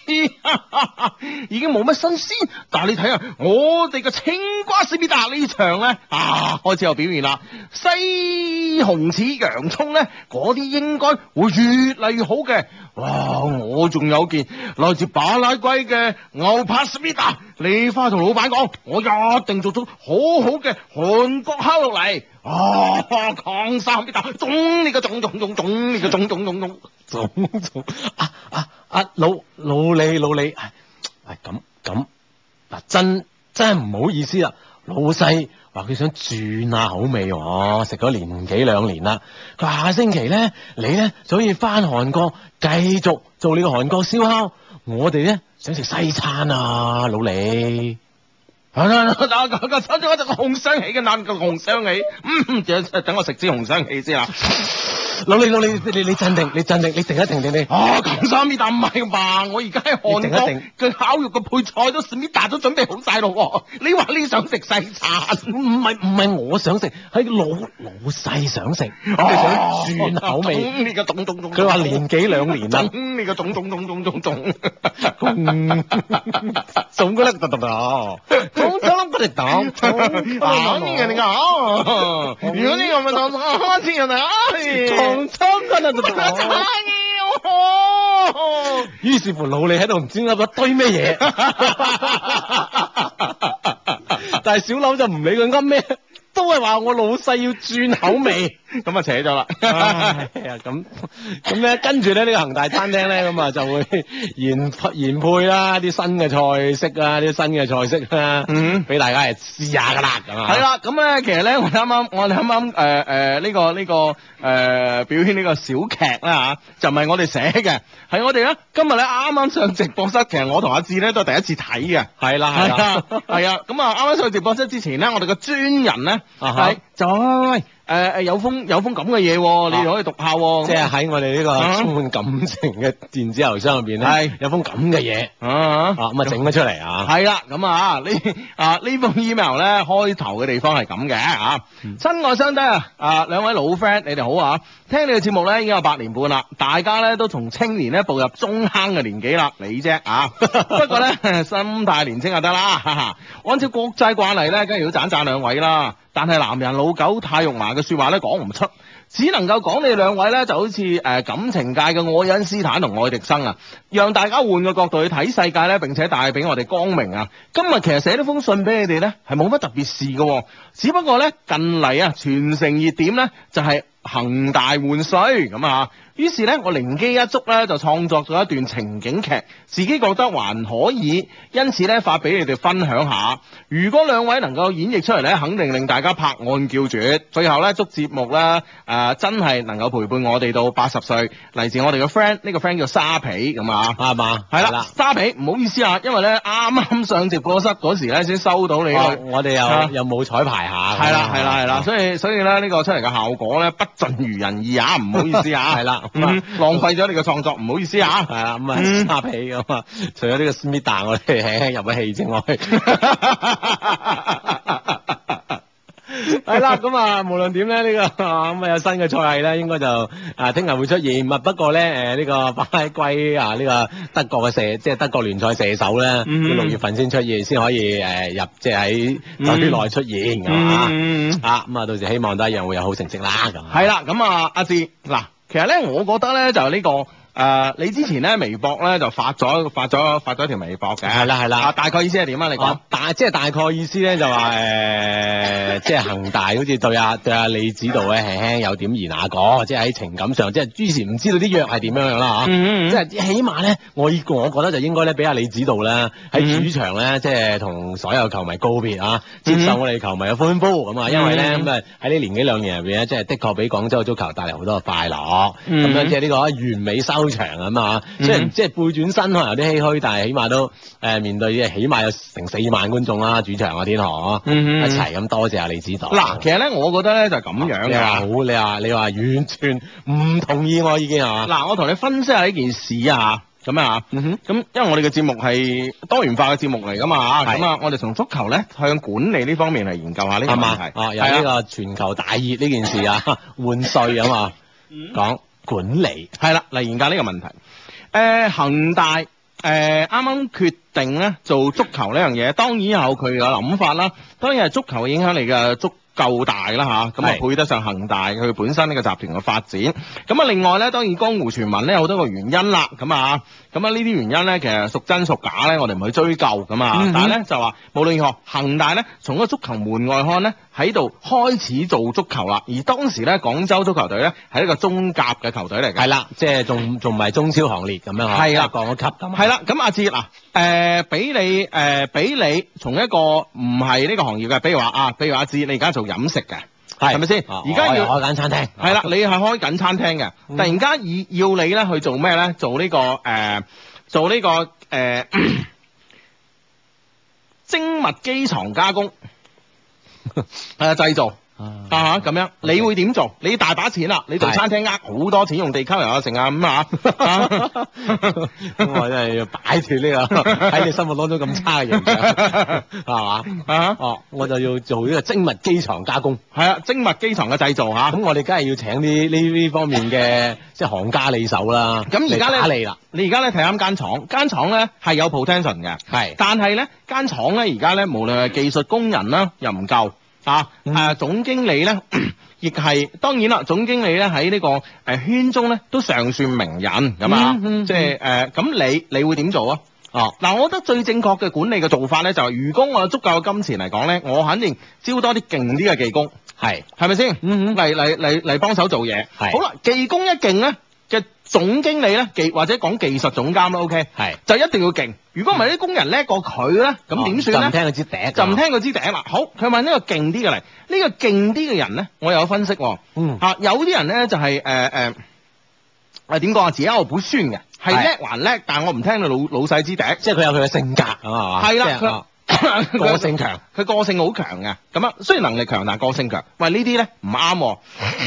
啊 <laughs> 已經冇乜新鮮，但係你睇下我哋嘅青瓜斯必達呢場咧啊開始有表現啦，西紅柿洋葱咧嗰啲應該會越嚟越好嘅，哇！我仲有件來自巴拉圭嘅牛扒斯必達，你翻去同老闆講，我一定做咗好好嘅韓國烤肉嚟。啊！抗三必打，中你個中中中中你個中中中 <laughs> 中。種種啊啊啊老老李老李，唉唉咁咁嗱真真係唔好意思啦，老細話佢想轉下口味喎，食咗年幾兩年啦，佢話下星期咧你咧就可以翻韓國繼續做你個韓國燒烤，我哋咧想食西餐啊，老李。啊啊啊！個手咗一隻紅雙喜嘅眼個紅雙喜，嗯，等我食支紅雙喜先啊啦。老李老李你你你鎮定，你鎮定，你定一定定定。啊，咁三必打唔係嘛？我而家喺韓你定國嘅烤肉嘅配菜都思密達都準備好晒咯喎。你話你想食西餐？唔唔係唔係我想食，係老老細想食，哦佢想轉口味。中你個中中中。佢話年幾兩年啦，中你個中中中中中中。嗯 <laughs> 總嗰粒突突突，總嗰粒不力 <laughs> 擋，啊！呢個你個哦，如果呢個咪啊當開始人哋總 <laughs> 唉，嗰粒突突我差嘅哦。於 <laughs> 是乎老李喺度唔知噏咗堆咩嘢，但係小柳就唔理佢噏咩，都係話我老細要轉口味。 <laughs> 咁啊扯咗啦。 <laughs> 唉哎呀，咁咁咧，跟住咧呢個恒大餐廳咧，咁啊就會研配研配啦，啲新嘅菜式啦，啲新嘅菜式啦，嗯俾大家嚟試下噶啦，咁啊，係，啦，咁咧其實 <laughs> 咧，我哋啱啱我哋啱啱誒誒呢個呢、個誒、呃表演呢個小劇啦啊嚇，就唔係我哋寫嘅，係我哋咧今日咧啱啱上直播室，其實我同阿志咧都係第一次睇嘅。係啦，係係啦 <laughs> 啊，，係啊，咁啊，啱啱上直播室之前咧，我哋個專人咧，啊哈係就話喂喂喂，誒、誒有封有封咁嘅嘢喎，你哋可以讀下喎，啊即係喺我哋呢啊個充滿感情嘅電子郵箱入邊係咧，有封咁嘅嘢啊啊，咁啊整咗出嚟啊，係啦，咁啊呢 <laughs> 啊呢封 email 咧開頭嘅地方係咁嘅啊，親愛相低啊，啊兩位老 friend 你哋好啊，聽你嘅節目咧已經有八年半啦，大家咧都從青年咧步入中坑嘅年紀啦，你啫啊， <laughs> 不過咧 <laughs> 心態年青就得啦，哈哈按照國際慣例咧，梗係要讚讚兩位啦，但係男人老狗太肉麻嘅説話咧講唔出。只能夠講你兩位咧，就好似誒、呃感情界嘅愛因斯坦同愛迪生啊，讓大家換個角度去睇世界咧，並且帶俾我哋光明啊！今日其實寫呢封信俾你哋咧，係冇乜特別事嘅、喎，只不過咧近嚟啊，全城熱點咧就係、恒大換帥咁啊！於是咧，我靈機一觸咧，就創作咗一段情景劇，自己覺得還可以，因此咧發俾你哋分享下。如果兩位能夠演繹出嚟咧，肯定令大家拍案叫絕。最後咧，祝節目咧誒、呃真係能夠陪伴我哋到八十歲。嚟自我哋嘅 friend，呢個 friend 叫沙皮咁啊。啱嘛，係啦，沙皮唔好意思啊，因為咧啱啱上直播室嗰時咧先收到你係啦，啊個。我哋啊又又冇彩排下，係啦，係啦，<laughs> 係啦，啊所以所以咧，呢個出嚟嘅效果咧，不盡如人意啊，唔好意思啊，係啦 <laughs> 嗯浪費咗你嘅創作，唔好意思啊，係啦，咁 <laughs> 啊嗯沙皮咁啊，除咗呢個 Smita 我哋輕輕入咗氣之外，係啦，咁啊無論點咧，呢、個啊咁啊有新嘅賽系咧，應該就啊聽日會出現，咁啊不過咧誒呢、個巴拉圭啊呢、個德國嘅射，即係德國聯賽射手咧，要嗯六月份先出現，先可以誒、入即係喺隊內出現咁啊。嗯啊，咁啊，到時希望都一樣會有好成績啦，咁啊係啦，咁啊，阿志嗱，其實咧，我覺得咧就係呢、個誒、你之前咧微博咧就發咗發咗發咗條微博嘅，係啦係啦啊大概意思係點啊？你講啊，大即係大概意思咧，就 <laughs> 話誒、呃即係恒大好似對啊對啊李指導咧輕輕有點兒那個，即係喺情感上，即係之前唔知道啲約係點樣樣啦嚇。啊嗯嗯嗯即係起碼咧，我以我覺得就應該咧，俾阿李指導咧喺嗯主場咧，即係同所有球迷告別啊，接受我哋球迷嘅歡呼咁啊，因為咧嗯咁啊喺呢年幾兩年入邊咧，即係的確俾廣州足球帶嚟好多嘅快樂，嗯咁樣即係呢個啊完美收場咁啊，嗯雖然即係背轉身可能有啲唏噓，但係起碼都誒面對起碼有成四萬觀眾啦，主場啊天河嗯嗯一齊咁多謝阿李指導。嗱，其實咧，我覺得咧就係咁樣你話好，嘅。你話你話完全唔同意我意見係嘛？嗱，我同你分析下呢件事啊，咁啊，嗯哼。咁因為我哋嘅節目係多元化嘅節目嚟噶嘛，係咁啊，我哋從足球咧向管理呢方面嚟研究下呢個係嘛問題，啊，有呢係個全球大熱呢件事啊， <laughs> 換帥啊嘛，嗯講管理係啦，嚟研究呢個問題。誒、恒大誒啱啱決定咧做足球呢樣嘢，當然有佢嘅諗法啦。當然係足球嘅影響力嘅足夠大啦吓，咁啊係配得上恒大佢本身呢個集團嘅發展。咁啊，另外咧，當然江湖傳聞咧有好多個原因啦。咁啊，咁啊呢啲原因咧，其實屬真屬假咧，我哋唔去追究咁啊。嗯哼但係咧就話，無論如何，恒大咧從個足球門外看咧，喺度開始做足球啦。而當時咧，廣州足球隊咧係一個中甲嘅球隊嚟嘅。係啦，即係仲仲唔係中超行列咁樣嚇，係即啦係降咗級咁。啊係，啦，咁阿哲嗱，誒俾你誒俾你從一個唔係呢個行業嘅，比如話啊，比如話阿哲，你而家做飲食嘅，係係咪先啊而家我要我開間餐廳，係啦，你係開緊餐廳嘅，突然間以要你咧去做咩咧？做呢、個誒、做呢、個誒、精密機床加工，誒、製造。啊，啊咁樣，你會點做？你大把錢啦，你做係餐廳呃好多錢，用地溝油啊，成啊咁啊，咁我真係要擺脱呢個喺你心目當中咁差嘅形象， <laughs> 係嘛？啊哦，我就要做呢個精密機床加工，係啊，精密機床嘅製造嚇。咁我哋梗係要請啲呢呢方面嘅即係行家理手啦。咁而家咧嚟打你啦，你而家咧睇啱間廠，間廠咧係有 potential 嘅，係但係咧間廠咧而家咧無論係技術工人啦又唔夠啊，誒、嗯總經理咧 <clears throat> 亦係當然啦，總經理咧喺呢個呃誒、圈中咧都尚算名人咁啊，呃嗯嗯即係誒咁你你會點做啊？哦嗱，我覺得最正確嘅管理嘅做法咧，就係、如果我有足夠嘅金錢嚟講咧，我肯定招多啲勁啲嘅技工，係係咪先？嗯嚟嚟嚟嚟幫手做嘢。係好啦，技工一勁咧嘅總經理咧，技或者講技術總監啦，OK，係就一定要勁。如果唔係啲工人叻過佢咧，咁點算咧？哦就唔聽佢支笛啊，就唔聽佢支笛啦。好，佢問呢個勁啲嘅嚟，呢、個勁啲嘅人咧，我有分析喎、嗯啊有啲人咧就係誒誒誒點講啊，自己有本酸嘅，係係叻還叻，但我唔聽你老老細支笛。即係佢有佢嘅性格咁啊嘛，係即係啦啊，佢個性強，佢個性好強嘅。咁啊，雖然能力強，但係個性強。喂，呢啲咧唔啱喎。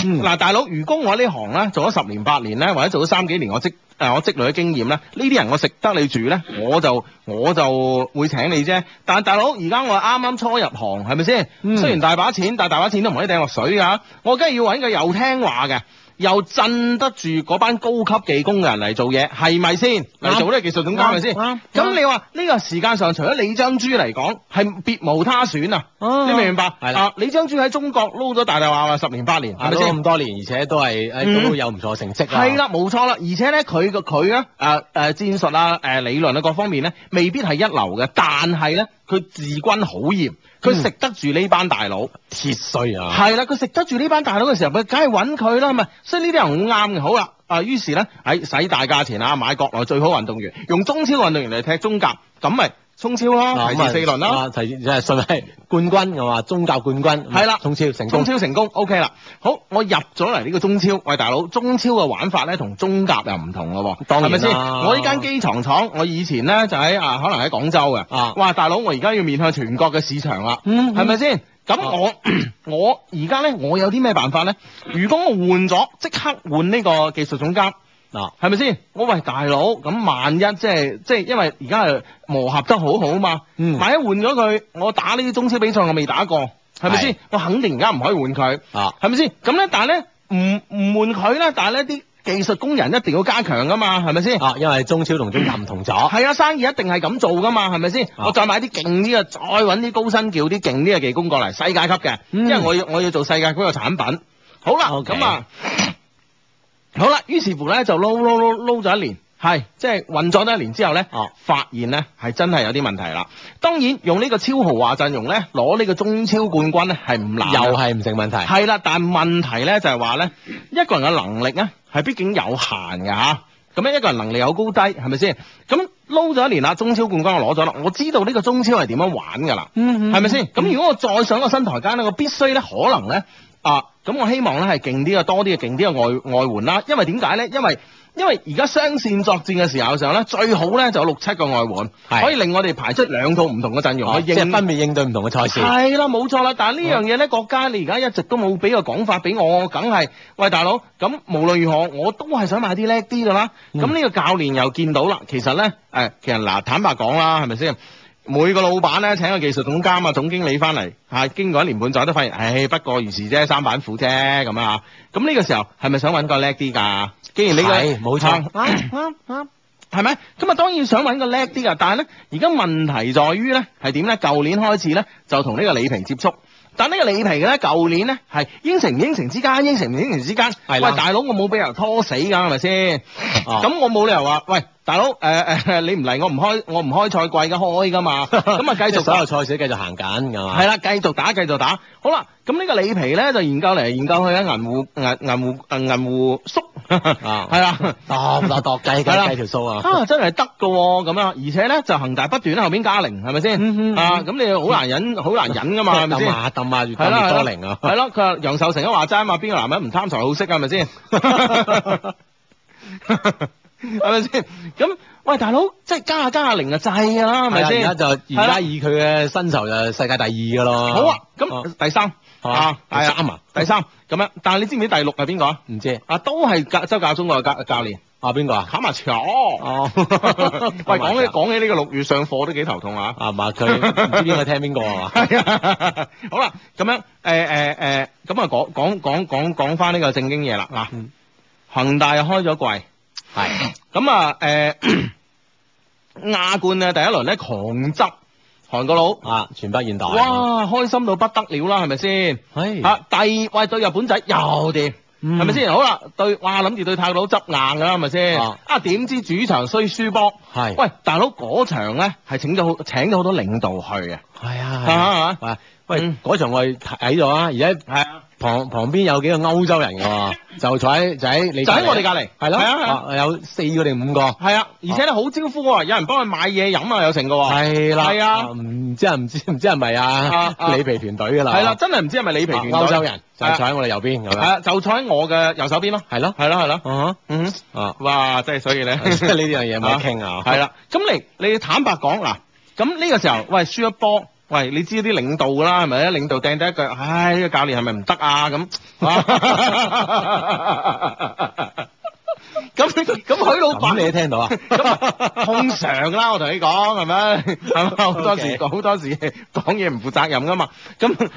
嗯嗱，大佬，如果我喺呢行咧做咗十年八年咧，或者做咗三幾年，我積誒、我積累嘅經驗咧，呢啲人我食得你住咧，我就我就會請你啫。但係大佬，而家我係啱啱初入行，係咪先？嗯雖然大把錢，但係大把錢都唔可以掟落水㗎。我梗係要揾個又聽話嘅。又鎮得住嗰班高級技工嘅人嚟做嘢，係咪先？嚟做呢個技術總監係咪先？啱啱啊咁你話呢個時間上，除咗李章洙嚟講，係別無他選啊！哦你明唔明白？係啦啊，李章洙喺中國撈咗大大話話十年八年，係係咪咪先啊咁？多年，而且都係誒都嗯有唔錯嘅成績啊係，啦，冇錯啦，而且咧，佢個佢咧，誒、誒、戰術啊，誒、理論啊各方面咧，未必係一流嘅，但係咧，佢治軍好嚴，嗯佢食得住呢班大佬。鐵碎啊，係啦，佢食得住呢班大佬嘅時候，佢梗係揾佢啦，係咪？所以呢啲人好啱嘅。好啦，啊，於是咧，喺使大價錢啊，買國內最好運動員，用中超運動員嚟踢中甲，咁咪中超咯，啊提咁啊前四輪啦。啊提即係順係冠軍嘅話，宗教冠軍係啦中超成中功，超成功，OK 啦。好，我入咗嚟呢個中超，喂大佬，中超嘅玩法咧同中甲又唔同咯喎，當然係咪先？啦我呢間機床廠，我以前咧就喺啊，可能喺廣州嘅，啊哇大佬，我而家要面向全國嘅市場啦，嗯啊嗯係咪先？咁我我 <clears throat> 而家咧，我有啲咩辦法咧？如果我換咗，即刻換呢個技術總監。啊係咪先？我喂大佬，咁萬一即係即係，因為而家係磨合得好好嘛。嗯萬一換咗佢，我打呢啲中超比賽我未打過，係咪係先？我肯定而家唔可以換佢，啊係咪先？咁咧，但係咧唔唔換佢咧，但係咧啲技術工人一定要加強噶嘛，係咪先？啊，因為中超同中甲唔同咗，係啊，生意一定係咁做噶嘛，係咪先？啊我再買啲勁啲嘅，再揾啲高薪叫啲勁啲嘅技工過嚟，世界級嘅，嗯因為我要我要做世界級嘅產品。好啦，咁 OK 啊，好啦，於是乎咧就撈撈撈撈咗一年。係，即係運作咗一年之後咧，哦發現咧係真係有啲問題啦。當然用呢個超豪華陣容咧，攞呢個中超冠軍咧係唔難嘅，又係唔成問題，係啦，但問題咧就係話咧，一個人嘅能力咧係畢竟有限嘅嚇。咁樣一個人能力有高低，係咪先？咁撈咗一年啦，中超冠軍我攞咗啦，我知道呢個中超係點樣玩㗎啦，嗯嗯係咪先？咁如果我再上個新台階咧，我必須咧可能咧啊，咁我希望咧係勁啲嘅，多啲嘅勁啲嘅外外援啦。因為點解咧？因為因為而家雙線作戰嘅時候上咧，最好咧就有六七個外係援，可以令我哋排出兩套唔同嘅陣容啊去即應係分別應對唔同嘅賽事，係啦，冇錯啦。但係呢樣嘢咧，國家你而家一直都冇俾個講法俾我，我梗係喂大佬。咁無論如何，我都係想買啲叻啲㗎啦。嗯咁呢、個教練又見到啦，其實咧誒、其實嗱，坦白講啦，係咪先？每個老闆咧請個技術總監啊、總經理翻嚟嚇，經過一年半載都發現，唉，不過如是啫，三板斧啫咁啊。咁呢個時候係咪想揾個叻啲㗎？既然你個係冇錯啊啱啱係咪？咁啊，當然想揾個叻啲噶，但係咧，而家問題在於咧係點咧？舊年開始咧就同呢個李平接觸，但呢個李平嘅咧，舊年咧係應承唔應承之間，應承唔應承之間。係喂，啦大佬，我冇俾人拖死㗎，係 <laughs> 咪先？哦咁我冇理由話，喂，大佬，誒、誒、 <laughs> 你唔嚟，我唔開，我唔開賽季嘅 <laughs> 開㗎嘛。咁啊，繼即係續所打有賽事都繼續行緊㗎嘛，係啦，繼續打，繼續打。好啦，咁呢個里皮咧就研究嚟研究去咧，銀湖銀銀湖誒銀湖叔，啊 <laughs> 係啦。度度度計計係啦計條數啊，啊，真係得㗎喎，咁啊，而且咧就恒大不斷喺後邊加零，係咪嗯嗯先？啊，咁你好難忍，好難忍㗎嘛，係咪 <laughs> 抌先？啊抌啊，越係抌啦，越係多啦零啊，係咯，佢話楊受成都話齋嘛，邊個男人唔貪財好色啊？係咪先？係咪先？咁喂，大佬，即係加下加下零就啊制㗎啦，係咪係啦啊先？而家就而係啦家以佢嘅薪酬就世界第二㗎咯，好啊，哦咁第三係嘛啊，第三啊，第三咁樣，但係你知唔知第六係邊個啊？唔知啊，都係教周教中國嘅教教練啊邊個 <laughs> 啊？卡馬喬。哦，喂，講起講起呢個六月上課都幾頭痛啊！啊嘛，佢唔知邊個聽邊個啊嘛， <laughs> 係啊，好啦，咁樣誒誒誒，咁啊講講講講講翻呢個正經嘢啦嗱嗯，恒大又開咗季，係咁啊誒亞冠啊第一輪咧狂執韓國佬，啊，全北現代，哇開心到不得了啦，係咪先？係啊，第喂對日本仔又掂，嗯係咪先？好啦，對，哇諗住對泰國佬執硬㗎啦，係咪先？啊啊點知主場衰輸波，係喂大佬嗰場咧係請咗好請咗好多領導去嘅，係啊，啊係啊，喂，嗯嗰場我哋睇咗啊，而家係啊。旁旁邊有幾個歐洲人嘅喎，就坐喺就喺你就喺我哋隔離係咯，係啊係啊啊有四個定五個，係啊，而且咧好招呼喎，有人幫佢買嘢飲啊，有成嘅喎。係啦，係啊唔知係唔知唔知係咪啊啊？啊里皮團隊㗎啦，係啦，真係唔知係咪你皮啊團歐洲人就係坐喺我哋右邊咁係樣，啊，就坐喺我嘅右手邊咯。係咯，係咯，係咯。啊嗯，哈啊， <laughs> 哇！真係所以 <laughs> 咧，呢樣嘢冇得傾啊，係啦，咁你你坦白講嗱，咁呢個時候，喂輸一波，喂你知啲領導㗎啦，係咪咧？領導掟低一句，唉，呢、個教練係咪唔得啊？ <laughs> 咁啊咁咁許老咁闆你都 <laughs> 聽到啊？咁通常啦，我同你講係咪？ <laughs> 係咪好多 OK 時好多時講嘢唔負責任噶嘛。咁 <laughs>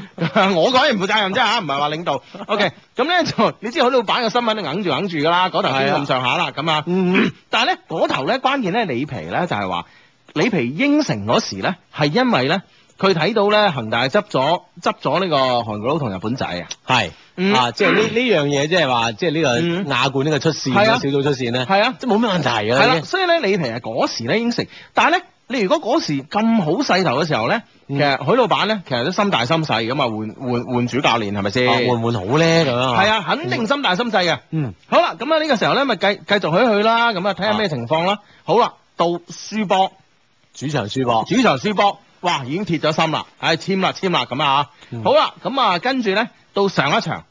我講嘢唔負責任啫嚇，唔係話領導。OK，咁咧就你知許老闆嘅新聞都揞住揞住㗎啦，嗰頭先係啊咁上下啦，咁啊。嗯， <clears throat> 但係咧嗰頭咧關鍵咧李皮咧就係話李皮應承嗰時咧係因為咧佢睇到咧恒大執咗執咗呢個韓國佬同日本仔啊。係嗯啊，即係呢呢樣嘢，即係話，即係呢嗯個亞冠呢個出線，係啊小組出線咧，係啊即係冇咩問題㗎係啦已啦，經。所以咧李皮係嗰時咧應承，但係咧你如果嗰時咁好勢頭嘅時候咧，嗯其實許老闆咧其實都心大心細咁啊，換換換主教練係咪先？啊換唔換好咧咁樣啊係，啊，肯定心大心細嘅。嗯，好啦，咁啊呢個時候咧咪繼繼續許佢啦，咁啊睇下啊咩情況啦。好啦，到輸波。主場輸波，主場輸波，哇，已經鐵咗心啦，唉、簽啦簽啦咁啊，嗯好啦，咁啊跟住咧到上一場，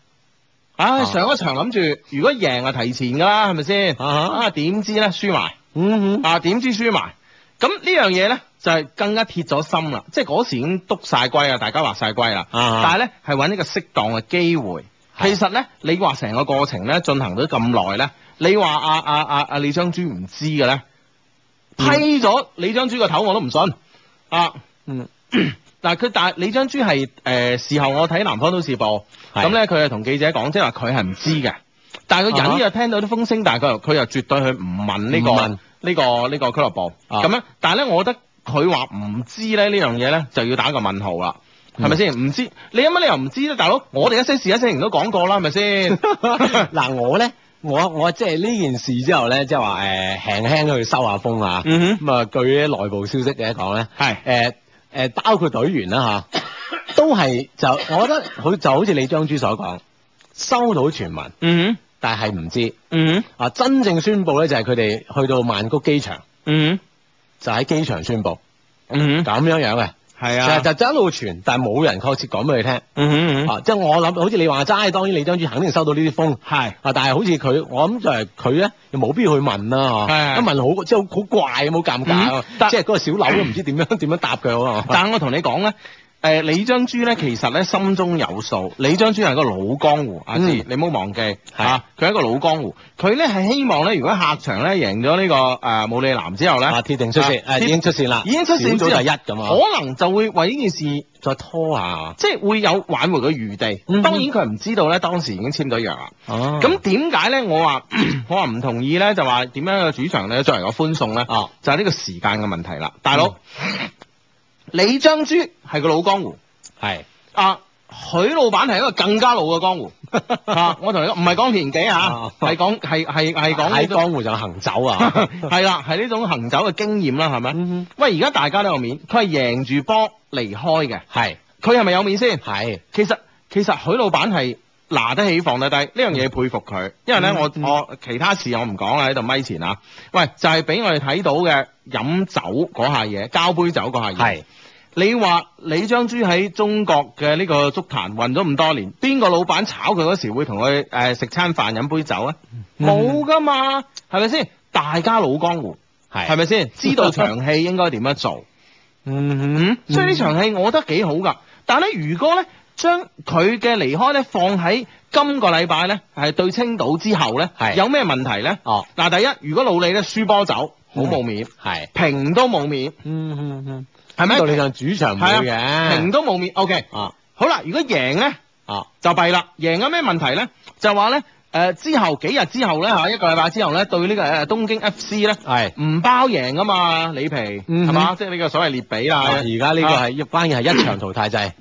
唉、啊上一場諗住如果贏啊提前㗎啦，係咪先？啊哈啊點知咧輸埋，嗯啊點知輸埋，咁呢樣嘢咧就係、更加鐵咗心啦，即係嗰時已經篤晒龜啊，大家話晒龜啦，啊但係咧係揾一個適當嘅機會。係其實咧，你話成個過程咧進行咗咁耐咧，你話啊阿阿阿阿李章洙唔知嘅咧，批咗李章洙個頭我都唔信啊！ <laughs> 嗯，但係佢但係李章洙係誒事後我睇南方都市報，係咁咧佢係同記者講，即係話佢係唔知嘅，但係佢隱啊哈約聽到啲風聲，但係佢又佢又絕對去唔問呢、唔個問呢、個呢、個俱樂部啊咁咧、但係咧，我覺得佢話唔知咧呢樣嘢咧就要打個問號啦。係咪先？唔知你有乜理由唔知咧，大佬？我哋一些事一些情都講過啦，係咪先？ <laughs> 嗱我咧，我我即係呢件事之後咧，即係話誒輕輕去收下風啊。嗯哼咁啊，據啲內部消息嘅講咧，係誒誒，包括隊員啦嚇，都係就我覺得佢就好似李章洙所講，收到傳聞，嗯但係唔知。哼嗯哼啊，真正宣布咧就係佢哋去到曼谷機場，嗯就喺機場宣布哼嗯咁哼，樣樣嘅，係啊，就就就一路傳，但係冇人確切講俾佢聽。嗯哼嗯哼，啊，即係我諗，好似你話齋，當然李章洙肯定收到呢啲風。係啊！但係好似佢，我諗就係佢咧，又冇必要去問啦，係嚇。係一問好，即係好好怪，好尷尬啊嗯但即係嗰個小柳都唔知點樣 <coughs> 點樣答佢啊！ <laughs> 但係我同你講咧，誒、李章洙咧，其實咧心中有數。李章洙係個老江湖，阿志、嗯你唔好忘記嚇，佢係一個老江湖。佢咧係希望咧，如果客場咧贏咗呢、個誒武里南之後咧，啊，鐵定出線，啊誒已經出線啦，已經出線小組之後第一咁啊，可能就會為呢件事再拖下啊即係會有挽回嘅餘地。嗯當然佢唔知道咧，當時已經簽咗約啦。哦咁點解咧？我話 <clears throat> 我話唔同意咧，就話點樣嘅主場咧作為個歡送咧，哦就係呢個時間嘅問題啦。大佬，嗯李章洙係個老江湖。係啊，許老闆係一個更加老嘅江湖啊！我同你講，唔係講年紀啊啊，係講係係係講呢喺種江湖上行走啊， <laughs> 係啦，係呢種行走嘅經驗啦，係咪？嗯喂，而家大家都有面，佢係贏住波離開嘅， <laughs> 係佢係咪有面先？係其實其實許老闆係拿得起放得低，呢樣嘢佩服佢，因為咧、我我其他事我唔講啦喺度咪前啊，喂就係、俾我哋睇到嘅飲酒嗰下嘢，交杯酒嗰下嘢。係你話李章洙喺中國嘅呢個足壇混咗咁多年，邊個老闆炒佢嗰時會同佢誒食餐飯飲杯酒啊？嗯冇噶嘛，係咪先？大家老江湖，係係咪先？知道場戲應該點樣做，嗯嗯，所以呢場戲我覺得幾好噶。但係咧，如果咧將佢嘅離開咧放喺今個禮拜咧係對青島之後咧，係有咩問題咧？哦嗱，第一，如果老李咧輸波走，好冇面，係平都冇面，嗯嗯嗯，係咪道理上主場唔會係啊，平嘅，都冇面。O K。啊好啦，如果贏咧啊就弊啦，贏有咩問題咧？就話咧誒之後幾日之後嗯咧嚇一個禮拜之後咧對呢、個誒、呃東京 FC 咧係。唔包贏噶嘛，里皮嗯啊係嘛？即係呢個所謂列比啦。啊而家呢個係關鍵係一場淘汰制，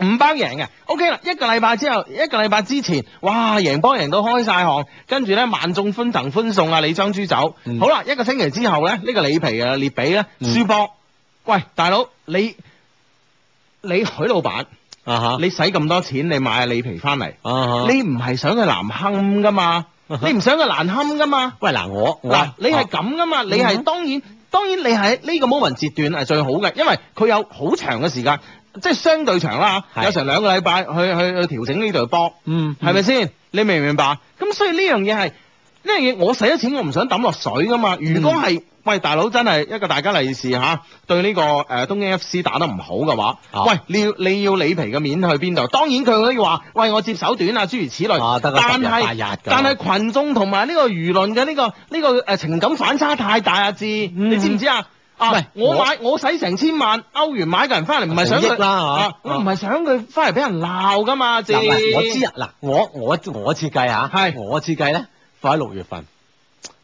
五班贏嘅，OK 啦，一個禮拜之後，一個禮拜之前，哇，贏波贏到開晒汗，跟住咧萬眾歡騰歡送啊李章豬走，嗯好啦，一個星期之後咧，呢、個里皮嘅列比咧嗯輸波，喂，大佬你你許老闆，啊哈，你使咁多錢你買啊里皮翻嚟，啊哈，你唔係想佢難堪噶 <laughs> 嘛，啊哈你唔想佢難堪噶嘛？喂嗱我我嗱，你係啊咁噶嘛？你係嗯當然，當然你喺呢個 moment 截段係最好嘅，因為佢有好長嘅時間，即係相對長啦係嚇，有成兩個禮拜去去去調整呢隊波，嗯係咪先？你明唔明白？咁所以呢樣嘢係呢樣嘢，我使咗錢，我唔想抌落水噶嘛。嗯如果係、喂大佬真係一個大家利是嚇，對呢、個誒、呃、東京 FC 打得唔好嘅話，啊喂你要你要理皮嘅面去邊度？當然佢可以話喂我接手短啊諸如此類，啊得個但十日八係日㗎但係群眾同埋呢個輿論嘅呢個呢個誒情感反差太大啊！志，嗯你知唔知啊？唔啊係！我我買我使成千萬歐元買個人翻嚟，唔係想成佢億啦啊啊我唔係想佢翻嚟俾人鬧噶嘛，志。嗱喂我知啊嗱我我我設計嚇，係我設計咧放喺六月份，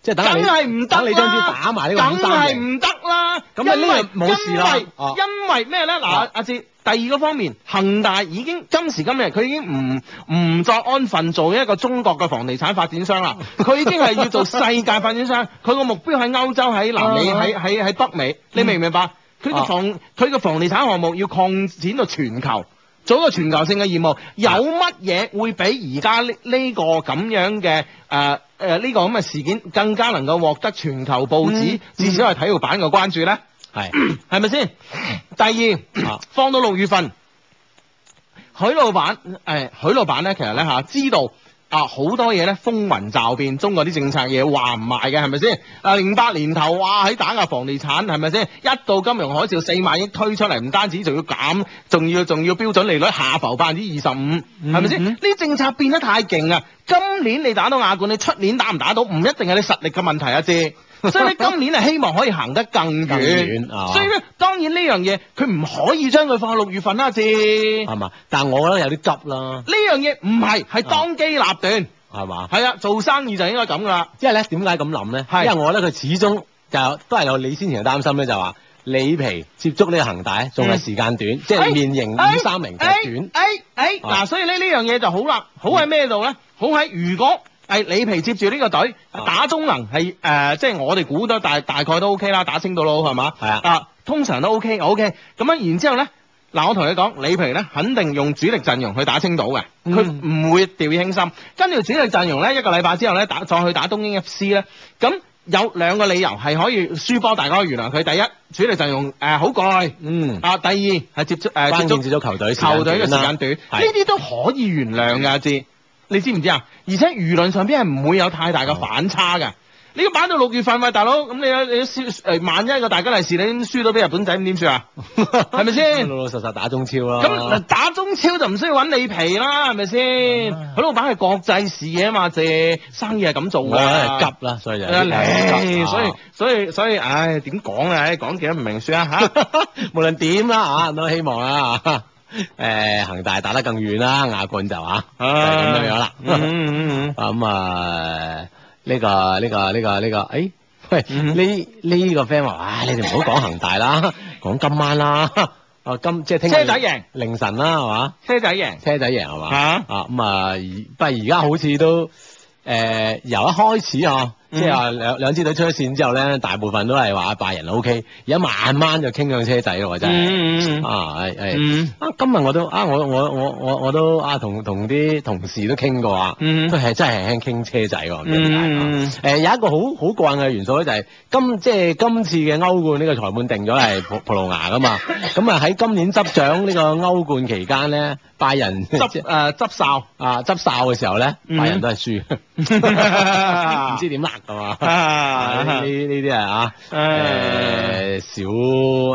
即係等下梗你係唔得啦等你將支打埋呢個五梗三係零唔得啦。咁啊呢因為個冇事啦因為啊因為咩咧？嗱啊，阿志，第二個方面，恒大已經今時今日佢已經唔唔作安分做一個中國嘅房地產發展 <laughs> 商啦，佢已經係要做世界發展商，佢個目標喺歐洲、喺南美、啊喺喺喺北美，嗯你明唔明白？佢個啊房佢個房地產項目要擴展到全球。做一個全球性嘅業啊務，有乜嘢會比而家呢呢個咁樣嘅誒誒呢個咁嘅事件更加能夠獲得全球報紙、嗯至少係體育版嘅關注呢？ <clears throat> 係係咪先？第二，啊放到六月份，許老闆誒、許老闆咧，其實咧嚇、知道。啊，好多嘢咧風雲驟變，中國啲政策嘢話唔埋嘅係咪先？啊，零八年頭哇喺打壓房地產係咪先？一到金融海嘯四萬億推出嚟，唔單止仲要減，仲要仲要標準利率下浮百分之二十五，係咪先？嗯呢啲政策變得太勁啊！今年你打到亞冠，你出年打唔打到唔一定係你實力嘅問題啊，姐。<laughs> 所以你今年係希望可以行得更更遠遠，啊所以咧當然呢樣嘢佢唔可以將佢放喺六月份啦，阿志。呢係嘛？但係我覺得有啲急啦，樣嘢唔係係當機立斷，係嘛？係啊，做生意就應該咁噶啦。因為咧點解咁諗咧？係因為我覺得佢始終就都係有你先前嘅擔心咧，就話里皮接觸呢個恒大仲係嗯哎時間短，即係面型五三零腳短誒。誒誒，啊哎嗯嗱，所以呢呢樣嘢就好啦，好喺咩度咧？好喺如果係里皮接住呢個隊啊打中能係誒，即係我哋估到大大概都 OK 啦，打青島佬係嘛？係啊通常都 OK OK，咁樣然之後咧。嗱，我同你講，里皮咧肯定用主力陣容去打青島嘅，嗯佢唔、會掉以輕心。跟住主力陣容咧，一個禮拜之後咧，打再去打東京 FC 咧，咁有兩個理由係可以輸波，大家可以原諒佢。第一，主力陣容誒、呃好蓋，嗯，啊，第二係接觸誒、呃關接觸鍵接咗球隊時間球隊嘅時間短，呢啦係啲都可以原諒㗎，阿志，你知唔知啊？而且輿論上邊係唔會有太哦大嘅反差㗎。你要擺到六月份喂，大佬咁你你輸誒，萬一個大吉利是你輸到俾日本仔，咁點算啊？ <laughs> 係咪先老？老實實打中超啦。咁嗱打中超就唔需要揾你皮啦，係咪先？嗯佢老闆係國際事業啊嘛，借生意係咁做我覺得係㗎。急啦，所以就有啊啲 <laughs> 急你啊所以所以所以，唉，點講啊？唉講幾都唔明算 <laughs> 啊嚇。無論點啦嚇，啊都希望啦嚇。 <laughs> 誒恒大打得更遠啦，亞冠就嚇，就係咁樣樣啦。啊嗯嗯 <laughs> 嗯嗯。咁啊，呢個呢個呢個呢個，誒，喂，嗯呢呢個 friend 話，唉，你哋唔好講恒大啦， <laughs> 講今晚啦， <laughs> 啊，今即係聽日車仔贏凌晨啦，係嘛？車仔贏。車仔贏係嘛？啊啊咁啊，而不過而家好似都誒、呃由一開始啊，嗯即係話兩兩支隊出咗線之後咧，大部分都係話拜仁 O K，而家慢慢就傾向車仔咯，真係、嗯嗯嗯啊係係嗯啊，今日我都啊我我我我我都啊同同啲同事都傾過啊，嗯都係真係輕傾車仔喎，唔知點解啊。嗯誒、有一個好好過癮嘅元素咧，就係、今即係今次嘅歐冠呢個裁判定咗 <laughs> 係葡葡萄牙噶嘛，咁啊喺今年執掌呢個歐冠期間咧，拜仁執誒執哨， <laughs> 啊執哨嘅時候咧，嗯拜仁都係 <laughs> 輸，唔知點甩噶嘛。啊呢呢啊呢啲係啊，誒少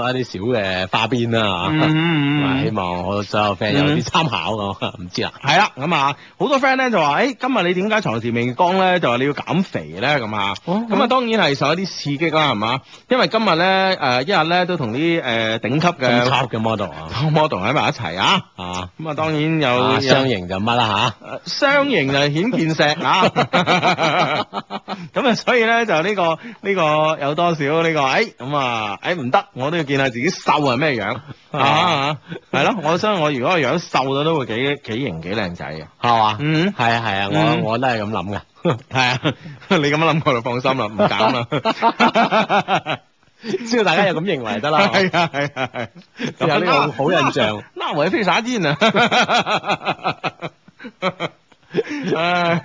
一啲小嘅花邊啦嚇，咁啊希嗯望我所有 friend 有啲參考咁，唔知啦。係啦，咁啊，好多 friend 咧就話，誒，今日你點解床前明光咧？就話你要減肥咧，咁啊，哦咁啊，當然係受一啲刺激啦，係嘛？因為今日咧，誒，一日咧都同啲誒頂級咁嘅 top 嘅 model 啊， <laughs> model 喺埋一齊啊，啊咁啊，當啊然有呃雙型就乜啦嚇。雙型就係顯見石啊，咁啊 <laughs> 咁啊，所以咧就呢、個呢、個有多少呢、個，誒咁啊，誒唔得，我都要見下自己瘦係咩樣啊，係咯，我相信我如果個樣瘦咗都會幾幾型幾靚仔嘅，係嘛？嗯係啊係啊，嗯我我都係咁諗嘅。係啊，你咁樣諗過就放心啦，唔減啦。 <laughs> 只要大家有咁認為得啦。係啊係啊係，有呢個好印象。那我也配啥劲呢？ <laughs> 唉，哎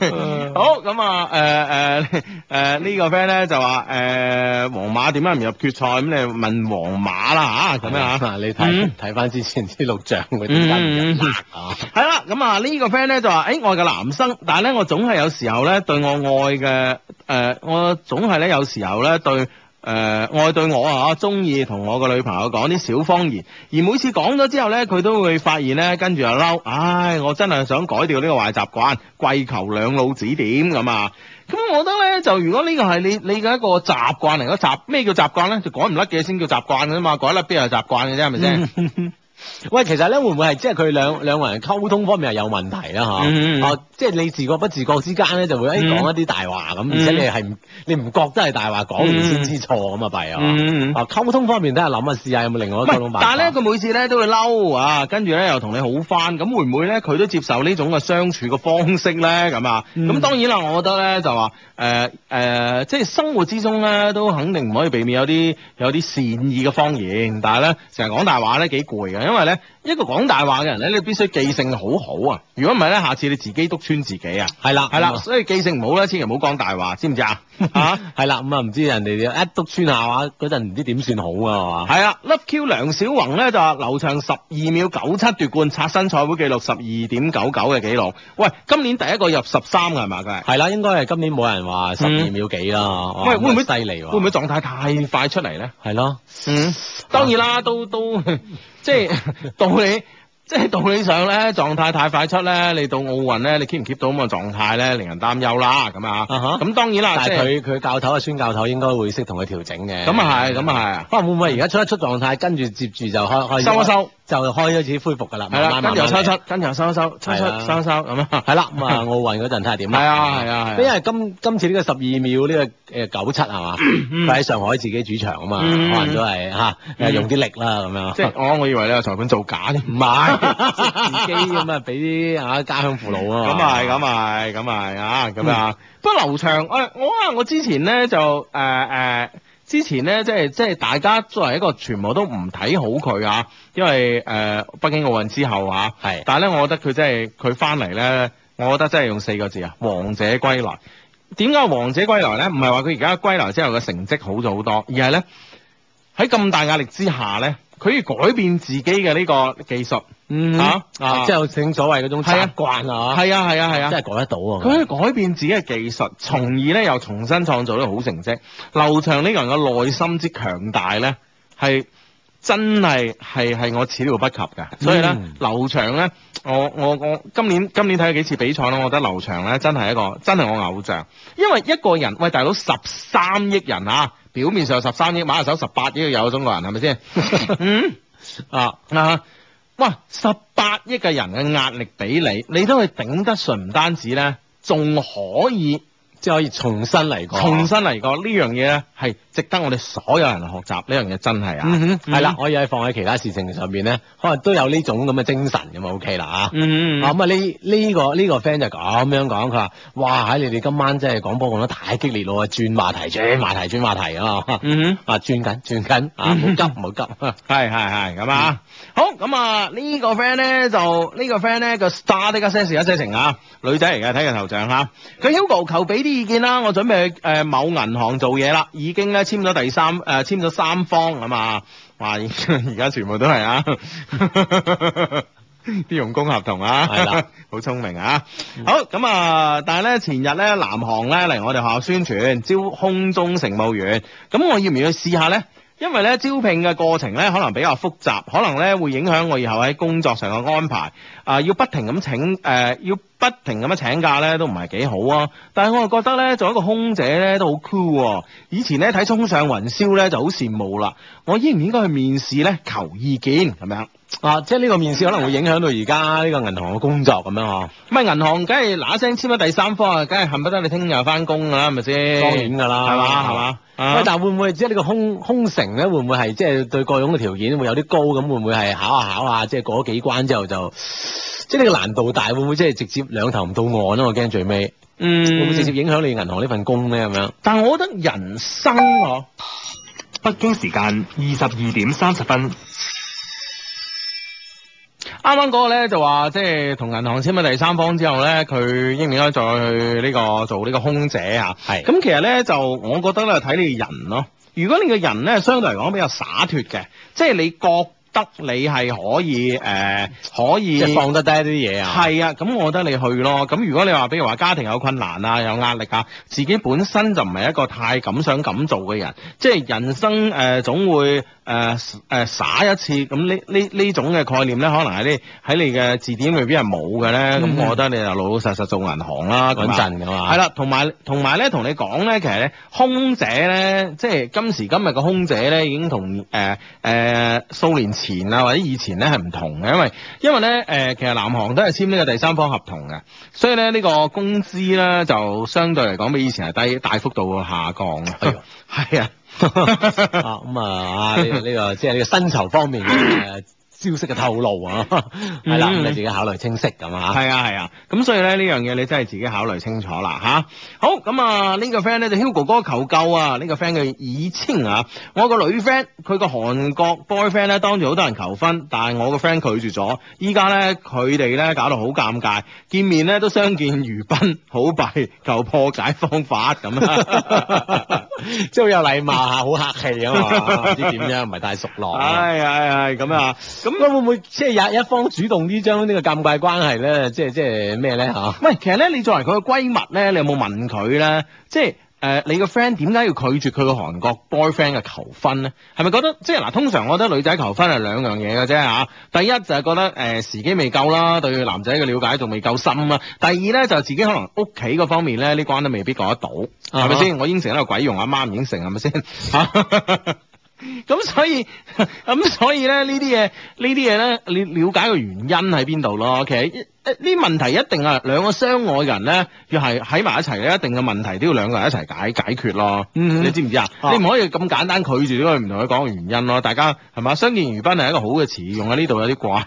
好咁啊，誒誒誒呢個 friend 咧就話誒皇馬點解唔入決賽？咁你問皇馬啦嚇，咁樣嚇。啊？你睇嗯睇翻之前啲錄像，佢點解唔嗯嗯入嗯 <laughs> 啊？係啦，咁啊呢個 friend 咧就話：，誒、我係個男生，但係咧我總係有時候咧對我愛嘅，誒、我總係咧有時候咧對。誒、愛對我啊，中意同我個女朋友講啲小方言，而每次講咗之後咧，佢都會發現咧，跟住又嬲，唉，我真係想改掉呢個壞習慣，跪求兩老指點咁啊！咁我覺得咧，就如果呢個係你你嘅一個習慣嚟，個習咩叫習慣咧？就改唔甩嘅先叫習慣嘅啫嘛，改甩邊係習慣嘅啫，係咪先？喂，其實咧會唔會係即係佢兩兩個人溝通方面係有問題啦嚇？嗯嗯嗯哦，即係你自覺不自覺之間咧就會誒嗯講一啲大話咁，嗯而且你係唔你唔覺得係大話講完先知錯咁啊弊啊！嗯啊溝通方面都係諗下試下有冇另外一唔個溝係啊通辦但係法。咧，佢每次咧都會嬲啊，跟住咧又同你好翻，咁會唔會咧佢都接受呢種嘅相處嘅方式咧？咁啊，咁、嗯當然啦，我覺得咧就話誒誒，即係生活之中咧都肯定唔可以避免有啲有啲善意嘅方言，但係咧成日講大話咧幾攰嘅，因為咧一個講大話嘅人咧，你必須記性好好啊，如果唔係咧，下次你自己督穿自己啊，係啦係咁啦，啊所以記性唔好咧，千祈唔好講大話，知唔 <laughs> 知啊？啊！係啦，咁啊唔知人哋一督穿下話嗰陣唔知點算好啊係嘛？係啦，Love Q 梁小宏咧就話劉翔十二秒九七奪冠，刷新賽會紀錄十二點九九嘅紀錄。喂，今年第一個入十三嘅係嘛？佢係。係啦，應該係今年冇人話十二嗯秒幾啦。哇喂，會唔會啊咁啊犀利喎？會唔會狀態太快出嚟咧？係咯？嗯，當然啦，都都 <laughs> 即係道理，即係道理上咧，狀態太快出咧，你到奧運咧，你 keep 唔 keep 到咁嘅狀態咧，令人擔憂啦，咁啊，啊哈咁當然啦，但即係係佢佢教頭啊，孫教頭應該會識同佢調整嘅。咁啊係，咁啊可能會唔會而家出一出狀態，跟住接住就開開收一收，就開開始恢復㗎啦。係啊，係啦，慢慢跟住又慢慢收嚟收，跟住又收收，收係收啦收收咁啊，係啦，咁啊奧運嗰陣睇下點啦。係啊係啊係啊因為今今次呢個十二秒呢個誒九七係嘛，佢喺上海自己主場啊嘛，嗯可能都係嚇誒嗯用啲力啦咁樣。即係我我以為你話裁判造假啫。唔係自己咁啊，俾啲嚇家鄉父老啊嗯嘛。咁啊係，咁啊係，咁啊係啊，咁啊。不過劉翔，誒我啊，我之前咧就誒誒、之前咧即係即係大家作為一個全部都唔睇好佢啊，因為誒、北京奧運之後啊，係但係咧，我覺得佢真係佢翻嚟咧，我覺得真係用四個字啊，王者歸來。點解王者歸來咧？唔係話佢而家歸來之後嘅成績好咗好多，而係咧喺咁大壓力之下咧，佢要改變自己嘅呢個技術。嗯啊即係正所謂嗰種係啊習慣啊，係啊係啊係啊真。係改得到啊。佢可以改變自己嘅技術，從而咧又重新創造啲好成績。劉翔呢個人嘅內心之強大咧，係真係係係我始料不及嘅。所以咧嗯，劉翔咧，我我我今年今年睇咗幾次比賽啦，我覺得劉翔咧真係一個真係我偶像，因為一個人喂大佬十三億人啊，表面上十三億，馬下手十八億都有中國人係 <laughs> 咪先？嗯啊啊！哇！十八億嘅人嘅壓力俾你，你都係頂得順，唔單止咧，仲可以即係可以重新嚟過。重新嚟過呢樣嘢咧，係值得我哋所有人學習呢樣嘢，真係啊！嗯哼，係啦嗯，可以喺放喺其他事情上邊咧，可能都有呢種咁嘅精神咁啊，OK 啦啊。嗯啊咁啊呢呢個呢個 friend 就咁樣講，佢話：哇！喺你哋今晚真係講波講得太激烈咯，轉話題，轉話題，轉話題啊！嗯啊，轉緊，轉緊啊！唔好急，唔好急。係係係咁啊！好咁啊，呢個 friend 咧就呢個 friend 咧個 star 的一些事一些情啊，女仔嚟嘅，睇佢頭像嚇。佢 Hugo 求俾啲意見啦，我準備去誒某銀行做嘢啦，已經咧簽咗第三誒簽咗三方啊嘛，哇！而而家全部都係啊！ <laughs> 啲用工合同啊，係啦， <laughs> 好聰明啊！好咁啊，但係咧前日咧南航咧嚟我哋學校宣傳招空中乘務員，咁我要唔要去試下咧？因為咧招聘嘅過程咧可能比較複雜，可能咧會影響我以後喺工作上嘅安排。啊、要不停咁請誒、要不不停咁樣請假咧，都唔係幾好啊。但係我又覺得咧，做一個空姐咧都好 cool 喎。以前咧睇《衝上雲霄》咧就好羨慕啦。我應唔應該去面試咧？求意見咁樣。啊，即係呢個面試可能會影響到而家呢個銀行嘅工作咁樣嗬。咁啊，銀行梗係嗱一聲簽咗第三方啊，梗係恨不得你聽日翻工㗎啊啦，係咪先？當然㗎啦，係嘛係嘛。啊喂，但會唔會即係呢個空空城咧？會唔會係即係對各種嘅條件會有啲高咁？會唔會係考下考下，即係過咗幾關之後就即係呢個難度大，會唔會即係直接兩頭唔到岸啊？我驚最尾嗯，會唔會直接影響你銀行呢份工咧？咁樣但我覺得人生啊嗬，北京時間二十二點三十分。啱啱嗰個咧就話即係同銀行簽咗第三方之後咧，佢應唔應該再去呢、個做呢個空姐啊？係咁其實咧就我覺得咧睇你人咯。如果你個人咧相對嚟講比較灑脱嘅，即係你覺得你係可以誒、呃可以即係放得低啲嘢啊？係啊，咁我覺得你去咯。咁如果你話，比如話家庭有困難啊，有壓力啊，自己本身就唔係一個太敢想敢做嘅人，即係人生誒、呃、總會誒誒耍一次，咁呢呢呢種嘅概念咧，可能喺你喺你嘅字典裏邊係冇嘅咧。咁、嗯我覺得你就老老實實做銀行啦，咁穩啊陣㗎嘛係啦，同埋同埋咧，同你講咧，其實咧，空姐咧，即係今時今日嘅空姐咧，已經同誒誒數年前啊或者以前咧係唔同嘅，因為因為咧誒、呃其實南航都係簽呢個第三方合同嘅，所以咧呢、呢個工資咧就相對嚟講比以前係低大幅度下降嘅， <laughs> 係啊啊。咁啊，呢個 <laughs> 呢個即係呢個薪酬方面嘅消息嘅透露啊，係啦，咁你自己考慮清晰咁啊。嗯係啊係啊，咁所以咧呢樣嘢你真係自己考慮清楚啦吓、好咁啊，呢、個 friend 咧就 Hugo 哥求救啊，呢、個 friend 叫以清啊，我有個女 friend 佢個韓國 boyfriend 咧當住好多人求婚，但係我個 friend 拒絕咗，依家咧佢哋咧搞到好尷尬，見面咧都相見如賓，好弊，求破解方法咁啊。即係好有禮貌嚇，好客氣啊嘛，唔知點樣，唔係太熟絡啊。唉唉唉，咁啊，咁嗯咁會唔會即係有一方主動啲將呢個尷尬關係咧，即係即係咩咧嚇？喂，其實咧，你作為佢嘅閨蜜咧，你有冇問佢咧？即係誒、呃你個 friend 點解要拒絕佢個韓國 boyfriend 嘅求婚咧？係咪覺得即係嗱？通常我覺得女仔求婚係兩樣嘢嘅啫嚇。第一就係覺得誒、呃、時機未夠啦，對男仔嘅了解仲未夠深啦。第二咧就係自己可能屋企嗰方面咧呢關都未必過得到，係咪先？我啊應承一個鬼用，阿媽唔應承係咪先？嚇咁所以 <laughs> 咁所以咧呢啲嘢呢啲嘢咧，你了解個原因喺邊度咯？其實一一呢問題一定係兩個相愛嘅人咧，要係喺埋一齊咧，一定嘅問題都要兩個人一齊解解決咯。嗯你知唔知啊？啊你唔可以咁簡單拒絕咗佢，唔同佢講個原因咯。大家係嘛？相見如賓係一個好嘅詞，用喺呢度有啲 <laughs> 怪。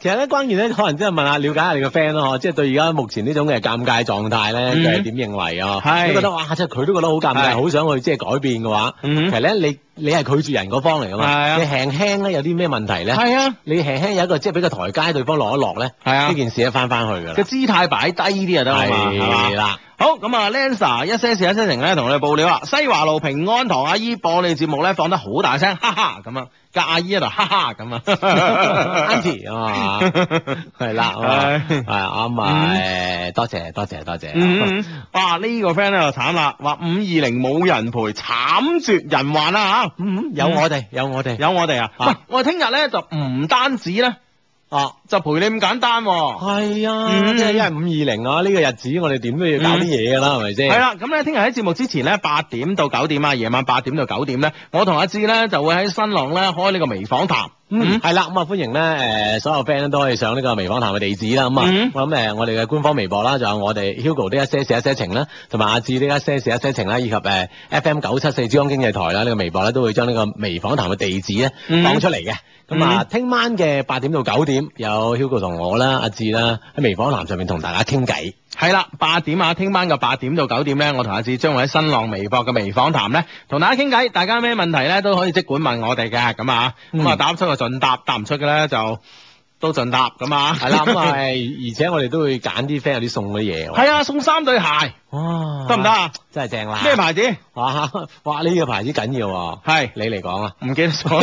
其實咧，關鍵咧，可能真係問下、了解下你個 friend 咯，嗬即係對而家目前呢種嘅尷尬狀態咧，嗯佢係點認為啊？係你覺得哇，即係佢都覺得好尷係尬，好想去即係改變嘅話，嗯其實咧，你你係拒絕人嗰方嚟噶係啊嘛？你輕輕咧有啲咩問題咧？ <laughs> 係啊，你輕輕有一個即係俾個台階對方落一落咧，係啊呢件事咧翻翻去㗎個啦。姿態擺低啲就得啦嘛，係嘛係？啦。好咁啊，Lancer 一些事一些情咧，同我哋報料啦。啊西華路平安堂阿姨播你哋節目咧，放得好大聲，哈哈咁啊，隔阿姨喺度，哈哈咁啊 <laughs> Auntie 啊嘛，係啦，係啱啊，誒多謝多謝多謝，嗯，哇！呢、個 friend 咧就慘啦，話五二零冇人陪，慘絕人寰啊啦嚇。嗯有我哋有我哋，有我哋啊，啊喂，我哋聽日咧就唔單止咧啊就陪你咁簡單喎、 <laughs> 係啊，嗯即係因為五二零啊呢個日子，我哋點都要搞啲嘢㗎啦，係咪先？係，啦，咁咧聽日喺節目之前咧，八點到九點啊，夜晚八點到九點咧，我同阿志咧就會喺新浪咧開呢個微訪談。嗯，係啦，咁啊歡迎咧誒所有 friend 都可以上呢個微訪談嘅地址啦，咁嗯啊我諗誒我哋嘅官方微博啦，仲有我哋 Hugo 呢一些事一些情啦，同埋阿志呢一些事一些情啦，以及誒 FM 九七四珠江經濟台啦呢個微博咧都會將呢個微訪談嘅地址咧嗯放出嚟嘅。咁啊，聽晚嘅八點到九點有 Hugo 同我啦、阿志啦喺微訪談上面同大家傾偈。係啦，八點啊，聽晚嘅八點到九點咧，我同阿志將會喺新浪微博嘅微訪談咧，同大家傾偈。大家咩問題咧都可以即管問我哋嘅咁啊，咁啊嗯答得出就盡答，答唔出嘅咧就都盡答咁啊。係啦，咁 <laughs> 啊， <laughs> 而且我哋都會揀啲 friend 有啲送嘅嘢喎。係啊，送三對鞋哇，得唔得？啊？真係正啦！咩？牌子？哇 <laughs> 哇！呢個牌子緊要喎。係你嚟講啊。唔記得咗。 <laughs>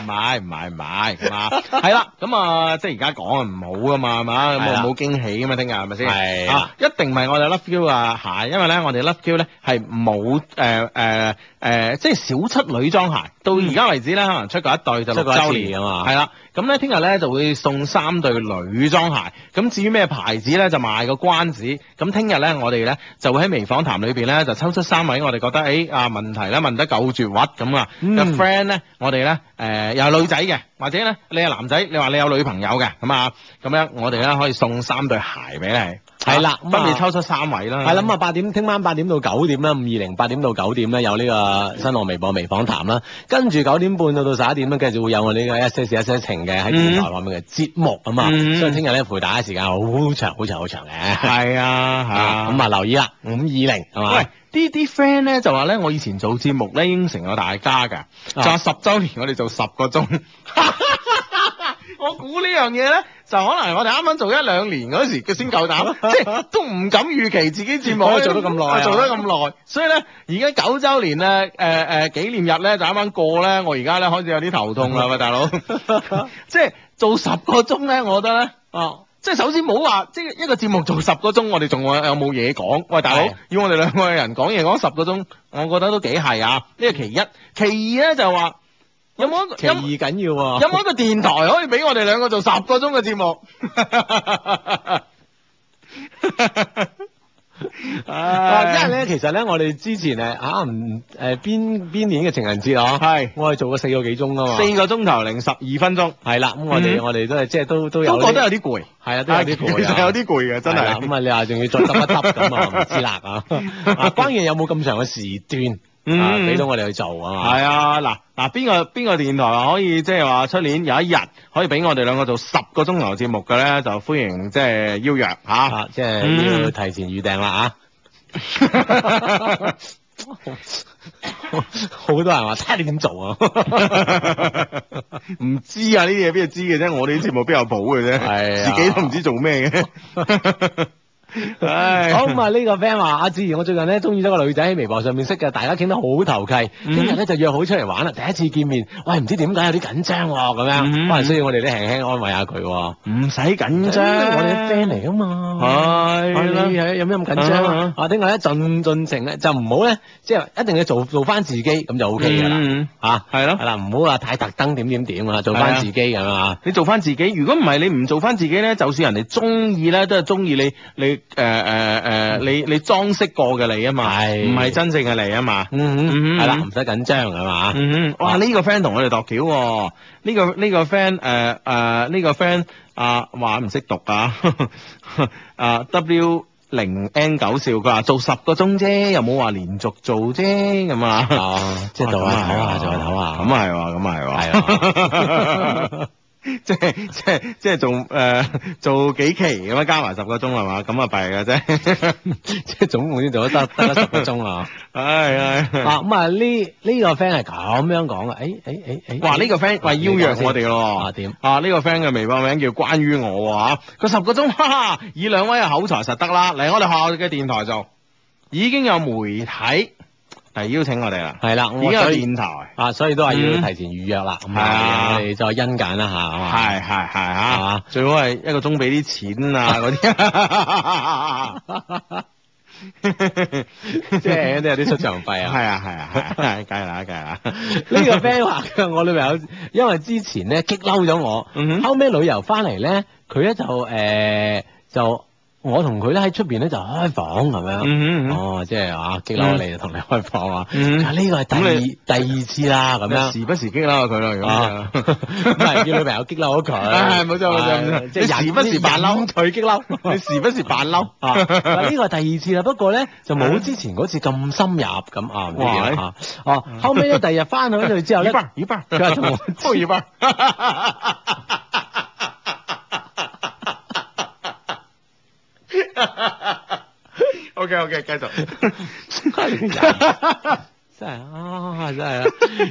唔係唔係唔係，咁啊，係啦，咁啊，即係而家講啊唔好噶嘛，係嘛，咁係啊啦冇驚喜噶嘛，聽日係咪先？係啦啊，一定唔係我哋 Love Q 啊鞋，因為咧我哋 Love Q 咧係冇呃誒誒誒，即係少出女裝鞋，到而家為止咧可能出過一對就嗯出六過一次週年啊嘛係啦，咁咧聽日咧就會送三對女裝鞋。咁至於咩牌子咧，就賣個關子。咁聽日咧，我哋咧就會喺微訪談裏邊咧就抽出三位我哋覺得誒、哎啊問題咧問得夠絕屈咁啊嗯嘅 friend 咧，我哋咧誒又係女仔嘅，或者咧你係男仔，你話你有女朋友嘅咁啊，咁樣我哋咧可以送三對鞋俾你。係啦啊咁啊分別抽出三位啦。係啦，咁啊八點，聽晚八點到九點啦，五二零八點到九點咧有呢個新浪微博微訪談啦，跟住九點半到到十一點咧，繼續會有我呢個一些事一些情嘅喺電台方面嘅節目啊嘛，嗯所以聽日咧陪大家時間好長好長好長嘅，係啊，係啊咁啊留意啦，五二零係嘛啊喂，，啲啲 friend 咧就話咧，我以前做節目咧應承咗大家啊㗎，就話十週年我哋做十個鐘。我估呢樣嘢咧，就可能我哋啱啱做一兩年嗰時，佢先夠膽，即係都唔敢預期自己節目可 <laughs> 以做得咁耐啊 <laughs> 做得咁耐。所以咧，而家九週年咧，誒、呃、誒紀念日咧就啱啱過咧，我而家咧開始有啲頭痛啦，喂大佬， <laughs> 即係做十個鐘咧，我覺得咧，哦、即係首先冇話，即係一個節目做十個鐘，我哋仲有呃有冇嘢講？喂，大佬係，要我哋兩個人講嘢講十個鐘，我覺得都幾係啊！呢個其一，其二咧就話有冇一個其有二冇緊要喎，有冇一個電台可以俾我哋兩個做十個鐘嘅節目？啊，因為唉，咧，其實咧，我哋之前誒啊唔誒邊邊年嘅情人節啊，係我哋做過四個幾鐘啊嘛，四個鐘頭零十二分鐘，係啦，咁我哋嗯我哋都係即係都都有都覺得啲有啲攰，係啊，都有啲啊 <laughs> 其攰實啊有。啲攰嘅，真係啦係。咁啊，你話仲要再執一執咁 <laughs> 啊，唔知啦啊。啊，關鍵有冇咁長嘅時段啊，嗯俾到我哋去做啊嘛。係啊，嗱嗱，邊個邊個電台話可以即係話出年有一日可以俾我哋兩個做十個鐘頭節目嘅咧，就歡迎即係邀約嚇。啊，即係要嗯提前預訂啦啊！ <laughs> 好多人話睇下你點做啊， <laughs> 唔知啊，呢啲嘢邊度知嘅啫？我哋啲節目邊有譜嘅啫，係啊自己都唔知做咩嘅。 <laughs> 唉，好咁啊！呢個 friend 話：阿志，我最近咧中意咗個女仔喺微博上面識嘅，大家傾得好投契，嗯聽日咧就約好出嚟玩啦。啊第一次見面，喂，唔知點解有啲緊張喎，咁樣嗯可能需要我哋咧輕輕安慰下佢喎。唔使緊張，我哋啲 friend 嚟噶嘛。係係啊啦，啦，有咩咁緊張啊啊？啊，另外咧盡盡情咧，就唔好咧，即係一定要做做翻自己，咁就 O K 㗎啦。嗯嚇，係係咯。啦，唔好話太特登點點點啊，做係翻啊自己咁啊。你做翻自己，如果唔係你唔做翻自己咧，就算人哋中意咧，都係中意你你誒誒誒你你裝飾過嘅你啊嘛，係唔係真正嘅你啊嘛？嗯啊嗯係啦，唔使緊張係嘛。嗯哼，哇！呢、個 friend 同我哋度橋喎，呢、個呢、個 friend 誒誒呢個 friend 啊話唔識讀啊， <laughs> 啊 W 零 N 九笑佢話做十個鐘啫，又冇話連續做啫咁啊，哦，即係做下啊唞下，做下唞下。咁啊係喎，咁啊係喎，à. <laughs> 係啊。 <laughs> 即係即係即係做誒、做幾期咁樣加埋十個鐘係嘛，咁啊弊嘅啫， <laughs> 即係總共先做得得得十個鐘啊。唉唉，啊，咁啊呢呢個 friend 係咁樣講嘅，誒誒誒誒。哇！呢、個 friend Ờ, 喂邀約啊我哋咯，啊點啊呢、個 friend 嘅微博名叫關於我啊，佢十個鐘，哈哈！以兩位嘅口才實得啦，嚟我哋學校嘅電台做，已經有媒體嚟邀請我哋啦，係啦，已經我有所以電台，啊，所以都係要嗯提前預約啦。咁係啊啊，我哋再因揀啦嚇，係嘛。係係係啊啊，最好係一個鐘俾啲錢啊 <laughs> 嗰啲，即係都有啲出場費啊。係啊係啊係啊，梗係啦梗係啦，呢個 friend 話嘅，我女朋友因為之前咧激嬲咗我，嗯哼後尾旅遊翻嚟咧，佢咧就誒、就我同佢咧喺出邊咧就開房咁樣。嗯哼嗯哼哦，即係啊，激嬲你就同你開房啊！嗯啊呢個係第咁你二第二次啦，咁咁樣時不時激嬲下佢咯，如果係啊啊，唔係叫女朋友激嬲咗佢， <laughs> 係冇錯冇錯冇錯啊即係忍你時不時扮嬲忍佢激嬲， <laughs> 你時不時扮嬲。啊！嗱呢個係第二次啦，不過咧就冇之前嗰次咁深入咁啊，唔知點啊！哦，後尾咧第二日翻咗去之後咧， <laughs> 一半，佢話同 <laughs> 我扣一半。O K O K，繼續。 <laughs> 啊真係啊，真係啊！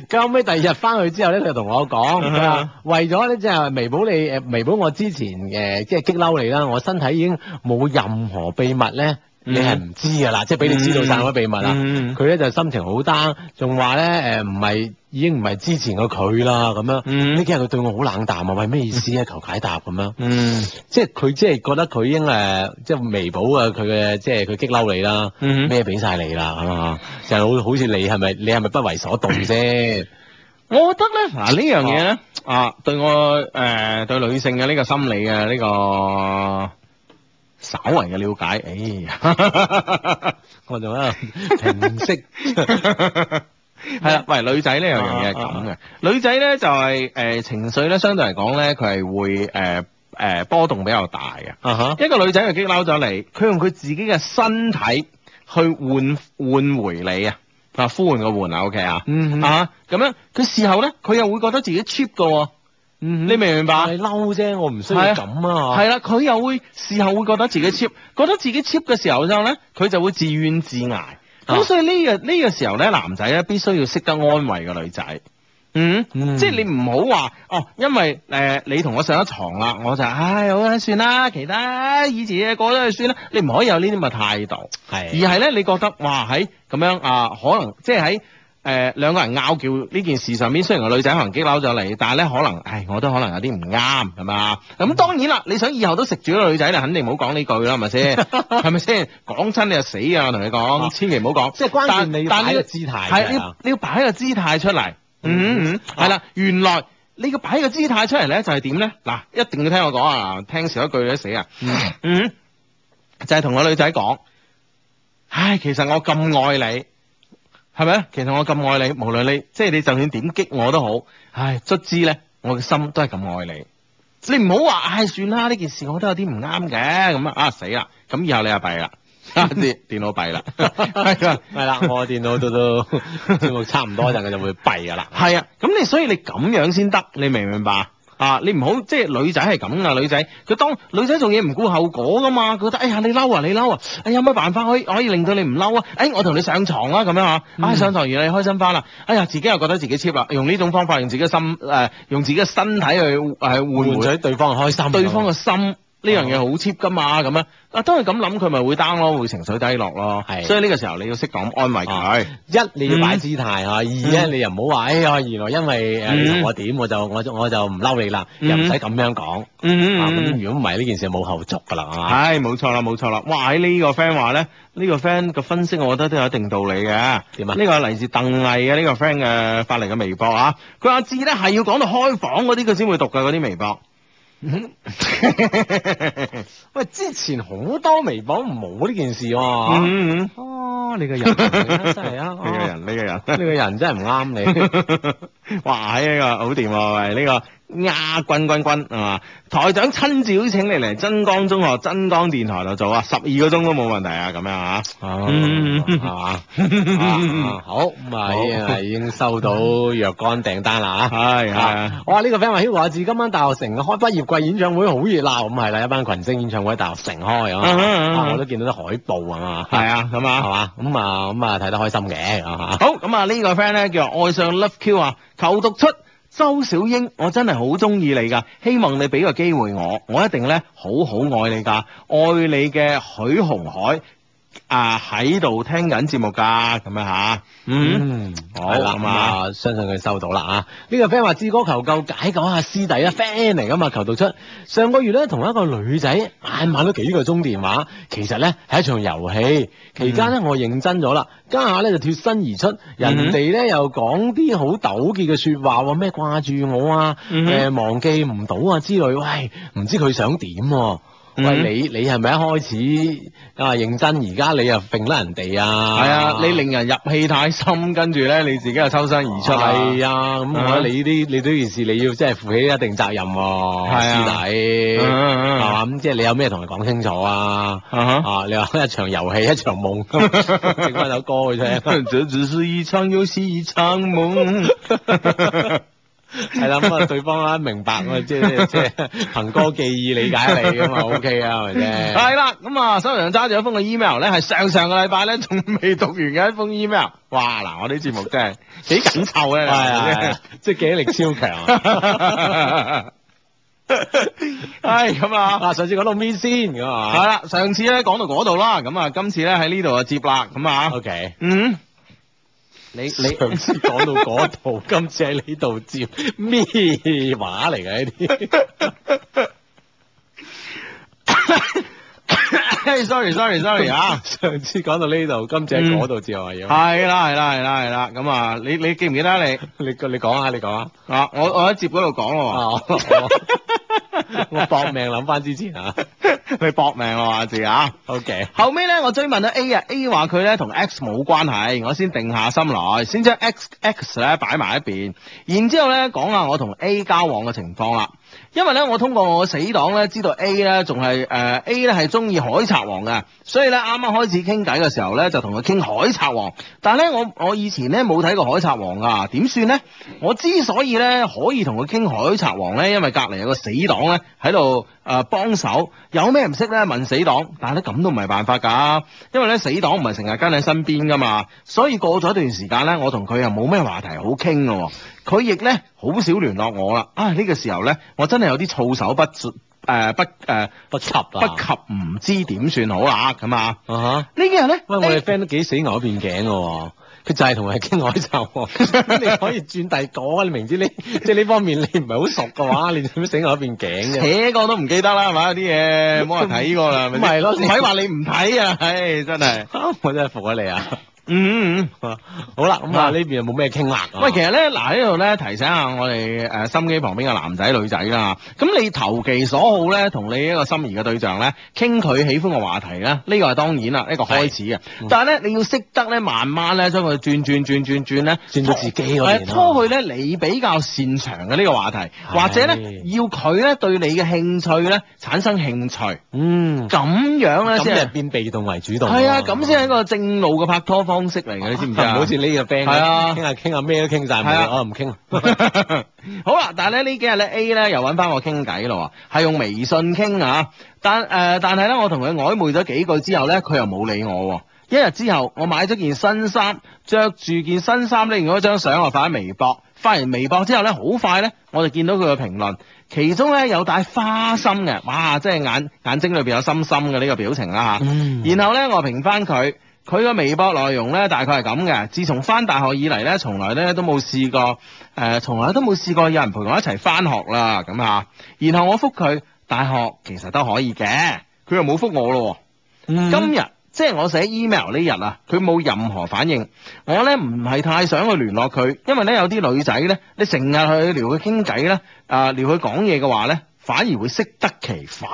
佢後尾第二日翻去之後咧，佢就同我講，佢嗯話為咗咧即係彌補你誒彌補我之前誒即係激嬲你啦，我身體已經冇任何秘密咧。你係唔知㗎啦，即係俾你知道晒我啲秘密啦。嗯佢咧就心情好 down，仲話咧誒唔係已經唔係之前嘅佢啦咁樣。嗯呢幾日佢對我好冷淡啊，喂咩意思啊？求解答咁樣。嗯即係佢即係覺得佢已經誒，即係彌補啊佢嘅即係佢激嬲你啦，嗯咩俾晒你啦，係嘛？ <laughs> 就係好好似你係咪你係咪不為所動啫？我覺得咧，嗱呢樣嘢咧，啊，對我誒、呃、對女性嘅呢個心理嘅呢、個稍為嘅了解，哎誒、我仲喺度平息， <laughs> 係啦，喂，女仔呢有樣嘢係咁嘅，女仔呢就係、呃情緒呢，相對嚟講呢，佢係會誒誒、呃波動比較大嘅。啊哈，一個女仔就激嬲咗你，佢用佢自己嘅身體去換換回你啊！啊，呼喚個換啊，OK 啊，嗯啊咁樣佢事後咧，佢又會覺得自己 cheap 噶喎，你明唔明白？啊你嬲啫， <laughs> 我唔需要係啊咁啊，係啦，佢又會事後會覺得自己 cheap，覺得自己 cheap 嘅時候之後咧，佢就會自怨自艾。咁、啊所以呢、個呢、個時候咧，男仔咧必須要識得安慰個女仔。嗯，嗯即係你唔好話哦，因為誒、呃你同我上咗床啦，我就唉好啦，算啦，其他以前嘅過咗去算啦，你唔可以有呢啲咁嘅態度。而係，係咧，你覺得哇喺咁樣啊，可能即係喺誒兩個人拗撬呢件事上面，雖然個女仔可能激嬲咗你，但係咧可能，唉，我都可能有啲唔啱，係嘛？ <laughs> 咁當然啦，你想以後都食住個女仔，你肯定唔好講呢句啦，係咪 <laughs> 先？係咪先？講親你就死啊！我同你講，千祈唔好講。即係關鍵你要但擺但個呢姿態出係你嚟要啊，你要擺個姿態出嚟。嗯嗯，係啦，原來。你個擺個姿態出嚟咧，就係點咧？嗱，一定要聽我講啊！聽少一句你都死啊！嗯，就係同個女仔講，唉，其實我咁愛你，係咪？其實我咁愛你，無論你即係你就算點激我都好，唉，卒之咧，我嘅心都係咁愛你。你唔好話，唉，算啦，呢件事我都有啲唔啱嘅，咁啊，啊死啦！咁以後你就弊啦， <laughs> 電電腦 <laughs> 弊啦，係啊。係啦，我電腦到 <laughs> 到節目差唔多陣，佢就會閉噶啦，係啊，咁你所以你咁樣先得，你明唔明白？啊！你唔好即係女仔係咁啊噶，女仔佢當女仔做嘢唔顧後果噶嘛，佢覺得哎呀你嬲啊你嬲啊，哎有乜辦法可以可以令到你唔嬲啊？哎我同你上床啦咁樣啊，嗯啊上床完你開心翻啦，哎呀自己又覺得自己 cheap 啦，用呢種方法用自己嘅心誒、呃用自己嘅身體去誒、呃、換換回咗哦對方嘅開心，對方嘅心。呢樣嘢好 cheap 噶嘛，咁樣啊，當佢咁諗，佢咪會 down 咯，會情緒低落咯。係所以呢個時候你要適當安慰哦佢。一你要擺姿態嚇，二咧你又唔好話，哎呀原來因為誒嗯你同我點我就我就我就唔嬲你啦，嗯又唔使咁樣講。嗯啊咁如果唔係呢件事就冇後續噶啦，係嘛？係冇錯啦，冇錯啦。哇！喺呢個 friend 話咧，呢、個 friend 嘅分析，我覺得都有一定道理嘅。點啊？呢個係嚟自鄧麗嘅呢個 friend 嘅發嚟嘅微博啊。佢話字咧係要講到開房嗰啲，佢先會讀嘅嗰啲微博。嗯 <laughs> 喂，之前好多微博冇呢件事喎。嗯嗯哦，你個人真 <laughs> 係啊，嗯，呢個哦人，呢個人。 <laughs> 呢個人真係唔啱 <laughs> 你。哇！喺、呢個好掂喎，喂！呢、個亞軍軍軍係嘛？台長親自邀請你嚟真光中學真光電台度做啊，十二個鐘都冇問題啊，咁樣啊。哦嗯係嘛？啊 <laughs> 啊好咁啊，已經係已經收到若干訂單啦啊！係係啊。啊！我話呢個 friend 話 Hugo 話自今晚大學城嘅開畢業季演唱會好熱鬧，咁係啦，一班群星演唱會喺大學城開啊嗯嗯嗯啊！我都見到啲海報啊嘛，係啊，咁啊係。嘛？咁啊咁啊睇得開心嘅啊好咁啊，呢個 friend 咧叫愛上 Love Q 啊，求讀出周小英，我真係好中意你噶，希望你俾個機會我，我一定咧好好愛你噶，愛你嘅許紅海啊喺度聽緊節目噶，咁樣吓，嗯，嗯，好好啦，咁咁啊啊，相信佢收到啦啊！呢個 friend 話志哥求救解救下師弟啊，friend 嚟噶嘛，求讀出上個月咧同一個女仔晚晚都幾個鐘電話，其實咧係一場遊戲，期間嗯咧我認真咗啦，家下咧就脫身而出，人哋咧又講啲好糾結嘅説話喎，咩掛住我啊，嗯哼誒、忘記唔到啊之類，喂，唔知佢想點喎、嗯喂，你你係咪一開始啊認真，而家你又揈甩人哋啊？係啊，你令人入戲太深，跟住咧你自己又抽身而出啊，係啊，咁我覺啊得你呢啲你呢件事你要即係負起一定責任喎，係啊師弟，嗯嗯係嗯嘛？咁即係你有咩同佢講清楚啊？啊哈啊，你話一場遊戲一場夢， <laughs> 整翻首歌佢聽，這啊只是一場遊戲一場夢。係啦，嗯咁啊對方啦明白咁啊， <laughs> 即係即係憑歌寄意理解你咁啊 OK 啊，係咪先？係啦，咁啊，手上揸住一封嘅 email 咧，係上上個禮拜咧仲未讀完嘅一封 email。哇！嗱，我啲節目真係幾緊 <laughs> 湊咧，係啊係啊，即係記憶力超強啊！ <laughs> 係咁啊。啊，上次講到咩先咁係啊啦，上次咧講到嗰度啦，咁啊，今次咧喺呢度就接啦，咁啊， ？OK。嗯，你你上次講到嗰度，今次喺呢度接咩話嚟嘅呢啲？ <laughs> sorry sorry sorry 啊！上次講到呢度，今次喺嗰度之後係要，係啦係啦係啦係啦，咁啊，你你記唔記得你你你講下，你講下。啊？我我喺接嗰度講啊咯我我 <laughs> 我搏命諗翻之前啊。喎， <laughs> 你搏命啊話字啊！ O K，後尾咧，我追問咗 A 啊，A 話佢咧同 X 冇關係，我先定下心來，先將 X X 咧擺埋一邊，然之後咧講下我同 A 交往嘅情況啦。因為咧，我通過我死黨咧知道 A 咧仲係誒 A 咧係中意海賊王嘅，所以咧啱啱開始傾偈嘅時候咧就同佢傾海賊王。但係咧我我以前咧冇睇過海賊王啊，點算呢？我之所以咧可以同佢傾海賊王咧，因為隔離有個死黨咧喺度誒幫手，有咩唔識咧問死黨。但係咧咁都唔係辦法㗎，因為咧死黨唔係成日跟喺身邊㗎嘛，所以過咗一段時間咧，我同佢又冇咩話題好傾咯喎。佢亦咧好少聯絡我啦。啊，呢、個時候咧，我真係有啲措手不及誒、不誒、呃不及啊，不及，唔知點算好啦咁啊！啊哈。哎呢幾日咧，喂，我哋 friend 都幾死牛一邊頸嘅喎，佢就係同人傾海賊喎， <laughs> 咁你可以轉第二個啊！你明知呢即係呢方面你唔係好熟嘅 <laughs> 話，你做咩死牛一邊頸嘅？扯過都唔記得啦，係咪？有啲嘢冇人睇過啦，係咪先咪係咯唔係話你唔睇啊！唉、真係，啊我真係服咗你啊！嗯嗯嗯。好啦，咁啊啊呢邊又冇咩傾啦。喂，其實咧，嗱呢度咧提醒下我哋誒、呃心機旁邊嘅男仔女仔啦。咁你投其所好咧，同你一個心儀嘅對象咧，傾佢喜歡嘅話題咧，呢個係當然啦，一個開始嘅。嗯但係咧，你要識得咧，慢慢咧將佢轉轉轉轉轉咧，轉到自己嗰邊係咯呃拖去咧你比較擅長嘅呢個話題，係或者咧要佢咧對你嘅興趣咧產生興趣，嗯，咁樣咧咁先你係係變被動為主動喎。係啊，咁先係一個正路嘅拍拖方式嚟嘅，你知唔知唔啊？好似呢個 friend 係啊傾下傾下咩都傾晒，係啊冇我唔傾啦。 <laughs> 好啦，但係咧呢幾日咧 A 咧又揾翻我傾偈咯喎，係用微信傾啊，但誒、呃但係咧我同佢曖昧咗幾句之後咧，佢又冇理我喎。一日之後，我買咗件新衫，着住件新衫咧，影咗張相我發喺微博。發完微博之後咧，好快咧，我就見到佢嘅評論，其中咧有帶花心嘅，哇！即係眼眼睛裏邊有心心嘅呢個表情啦嚇。 <laughs> 嗯然後咧，我評翻佢，佢個微博內容咧大概係咁嘅。自從翻大學以嚟咧，從來咧都冇試過，誒、從來都冇試過有人陪我一齊翻學啦，咁嚇。然後我覆佢，大學其實都可以嘅，佢又冇覆我咯喎。今今日即係我寫 email 呢日啊，佢冇任何反應。我呢唔係太想去聯絡佢，因為呢有啲女仔呢，你成日去撩佢傾偈呢，啊、撩佢講嘢嘅話呢，反而會適得其反。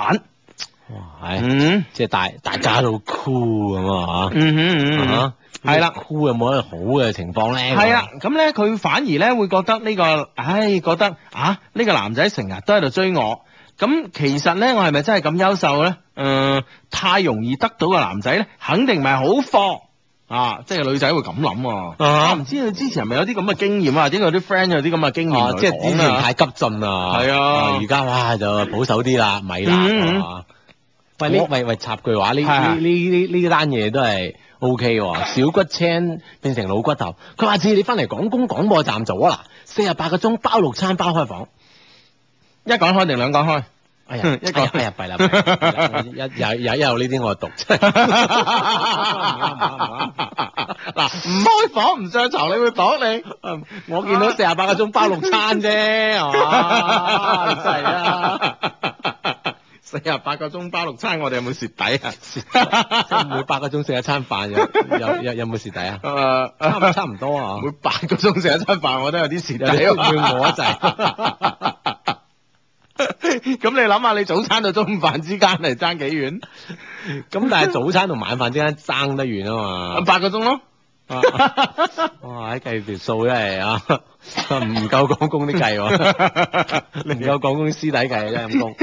哇係嗯即係大大家都 cool 咁啊嚇。嗯哼嗯哼啊，係啦，cool 有冇一個好嘅情況咧？係啊，咁咧佢反而咧會覺得呢、個，唉，覺得啊呢、個男仔成日都喺度追我，咁其實咧我係咪真係咁優秀咧？誒、太容易得到個男仔咧，肯定唔係好貨啊！即係女仔會咁諗喎。啊我唔知佢之前係咪有啲咁嘅經驗啊？或者有啲 friend 有啲咁嘅經驗哦，同佢即係之講啊前太急進啦，係啊而家哇就保守啲啦，咪嗯啦，係嗯嘛喂呢我喂喂插句話，呢係啊呢呢呢呢單嘢都係 O K 喎，小骨青變成老骨頭。佢話：次你翻嚟廣工廣播站做啊嗱，四十八個鐘包六餐包開房。一講開定兩講開。哎 <laughs> 一呀，個哎呀，哎呀，弊啦，弊啦弊啦一有有有呢啲 <laughs> 我讀，真係嗱，唔開房唔上床，你會躲 <laughs> 你。我見到四十八個鐘包六餐啫，係嘛？真係啊，！ <laughs> 四十八個鐘包六餐，我哋有冇蝕底啊？即係每八個鐘食一餐飯，有有有有冇蝕 <laughs> 底啊？差唔誒，差唔多啊。每八個鐘食一餐飯，我都有啲蝕底有啲要我一滯。 <laughs> 咁你諗下，你早餐到中午飯之間係爭幾遠？咁但係早餐同晚飯之間爭得遠啊 <laughs> 嘛。八個鐘咯。哇！喺計條數真係啊，唔夠廣工啲計喎， <laughs> 唔夠廣工啲師弟計啊真係陰公。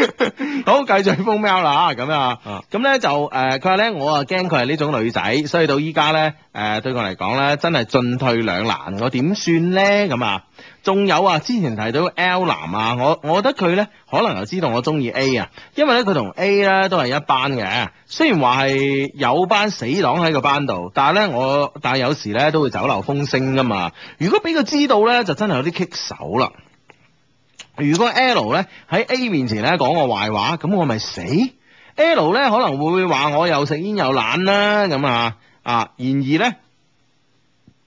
好，繼續封 mail 啦，咁啊啊，咁咧就誒，佢話咧我啊驚佢係呢種女仔，所以到依家咧誒對我嚟講咧真係進退兩難，我點算咧咁啊？仲有啊，之前提到 L 男啊，我我覺得佢咧可能又知道我中意 A 啊，因為咧佢同 A 咧都係一班嘅，雖然話係有班死黨喺個班度，但係咧我但係有時咧都會走漏風聲噶嘛，如果俾佢知道咧，就真係有啲棘手啦。如果 L 咧喺 A 面前咧講我壞話，咁我咪死。L 咧可能會話我又食煙又懶啦咁啊啊！然而咧，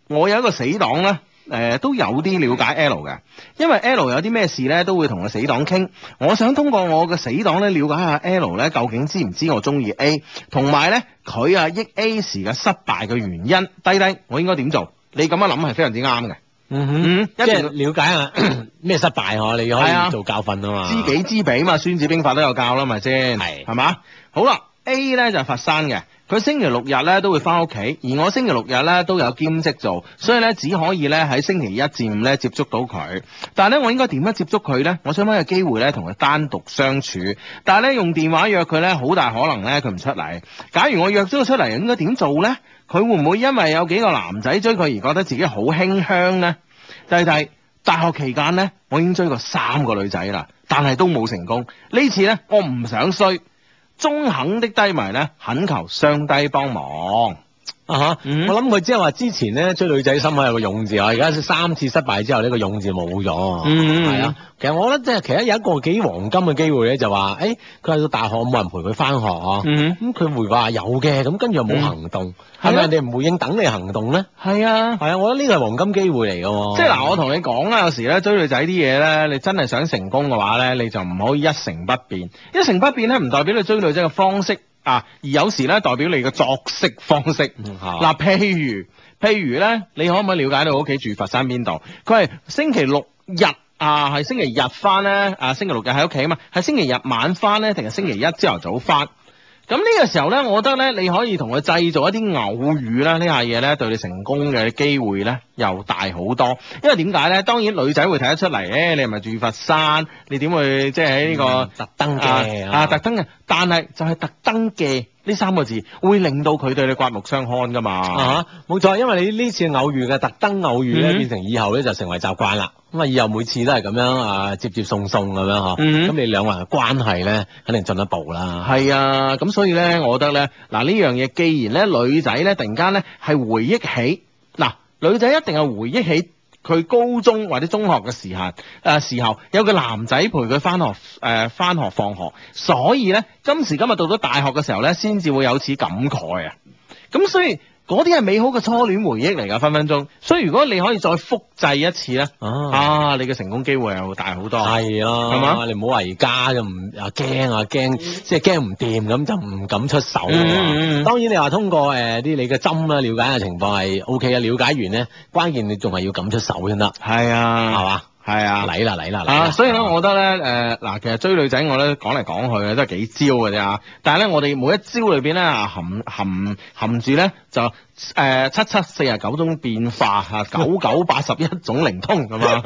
我有一個死黨咧呃都有啲了解 L 嘅，因為 L 有啲咩事咧都會同個死黨傾。我想通過我嘅死黨咧了解下 L 咧究竟知唔知我中意 A，同埋咧佢啊益 A 時嘅失敗嘅原因。低低，我應該點做？你咁樣諗係非常之啱嘅。嗯嗯即一係定了解下 <coughs> 咩失敗嗬，你可係啊以做教訓啊嘛。知己知彼嘛，《孫子兵法》都有教啦，咪先？係係嘛？好啦，A 咧就係佛山嘅，佢星期六日咧都會翻屋企，而我星期六日咧都有兼職做，所以咧只可以咧喺星期一至五咧接觸到佢。但係咧，我應該點樣接觸佢咧？我想揾個機會咧同佢單獨相處，但係咧用電話約佢咧，好大可能咧佢唔出嚟。假如我約咗佢出嚟，應該點做咧？佢會唔會因為有幾個男仔追佢而覺得自己好馨香咧？弟弟，大學期間呢，我已經追過三個女仔啦，但係都冇成功。呢次呢，我唔想衰。中肯的低迷呢，懇求上低幫忙。啊哈，嗯我諗佢即係話之前咧追女仔心口有個勇字啊，而家三次失敗之後呢個勇字冇咗，嗯係啊。其實我覺得即係其實有一個幾黃金嘅機會咧，就話誒佢去到大學冇人陪佢翻學啊，嗯咁佢回話有嘅，咁跟住又冇行動，嗯係係啊咪人哋唔回應等你行動咧？係啊。係啊，我覺得呢個係黃金機會嚟嘅喎。即係嗱，我同你講啦，有時咧追女仔啲嘢咧，你真係想成功嘅話咧，你就唔可以一成不變。一成不變咧，唔代表你追女仔嘅方式啊，而有時咧代表你嘅作息方式。嗯嚇嗱，譬如譬如咧，你可唔可以了解到佢屋企住佛山邊度？佢係星期六日。啊，係星期日翻咧，啊星期六日喺屋企啊嘛，係星期日晚翻咧，定係星期一朝頭早翻？咁呢個時候咧，我覺得咧，你可以同佢製造一啲偶遇啦，呢下嘢咧對你成功嘅機會咧又大好多。因為點解咧？當然女仔會睇得出嚟，誒、你係咪住佛山？你點會即係喺呢個、嗯特登嘅啊啊特登嘅？但係就係特登嘅呢三個字，會令到佢對你刮目相看噶嘛。啊哈，冇錯，因為你呢次偶遇嘅特登偶遇咧，嗯變成以後咧就成為習慣啦。咁啊，以後每次都係咁樣啊，接接送送咁樣嗬。嗯咁你兩個人嘅關係咧，肯定進一步啦。係啊，咁所以咧，我覺得咧，嗱呢樣嘢，既然咧女仔咧突然間咧係回憶起，嗱女仔一定係回憶起佢高中或者中學嘅時限誒、呃、時候，有個男仔陪佢翻學誒翻、學放學，所以咧今時今日到咗大學嘅時候咧，先至會有此感慨啊！咁所以嗰啲係美好嘅初戀回憶嚟㗎，分分鐘。所以如果你可以再複製一次咧，啊，啊，你嘅成功機會又大好多。係咯，係嘛你唔好話而家就唔啊驚啊驚，即係驚唔掂咁就唔敢出手啊嗯嗯嗯當然你話通過誒啲你嘅針啦，了解下情況係 O K 嘅，了解完咧，關鍵你仲係要敢出手先得，係係啊，嘛？係啊。嚟啦嚟啦嚟啦！啊，所以咧，我覺得咧，誒嗱，其實追女仔我咧講嚟講去咧都係幾招嘅啫啊，但係咧，我哋每一招裏邊咧啊含含含住咧就誒、七七四十九種變化啊， <laughs> 九九八十一種靈通咁 <laughs> 啊，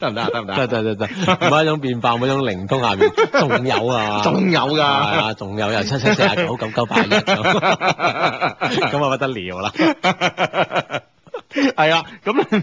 得唔得啊？得唔得得啊？得得得，每一種變化，每一種靈通 <laughs> 下面仲有啊，仲有㗎係啊，仲有又七七四啊九九九八 <laughs> 一咁，咁啊不得了啦， <laughs> 係啊，咁 <laughs>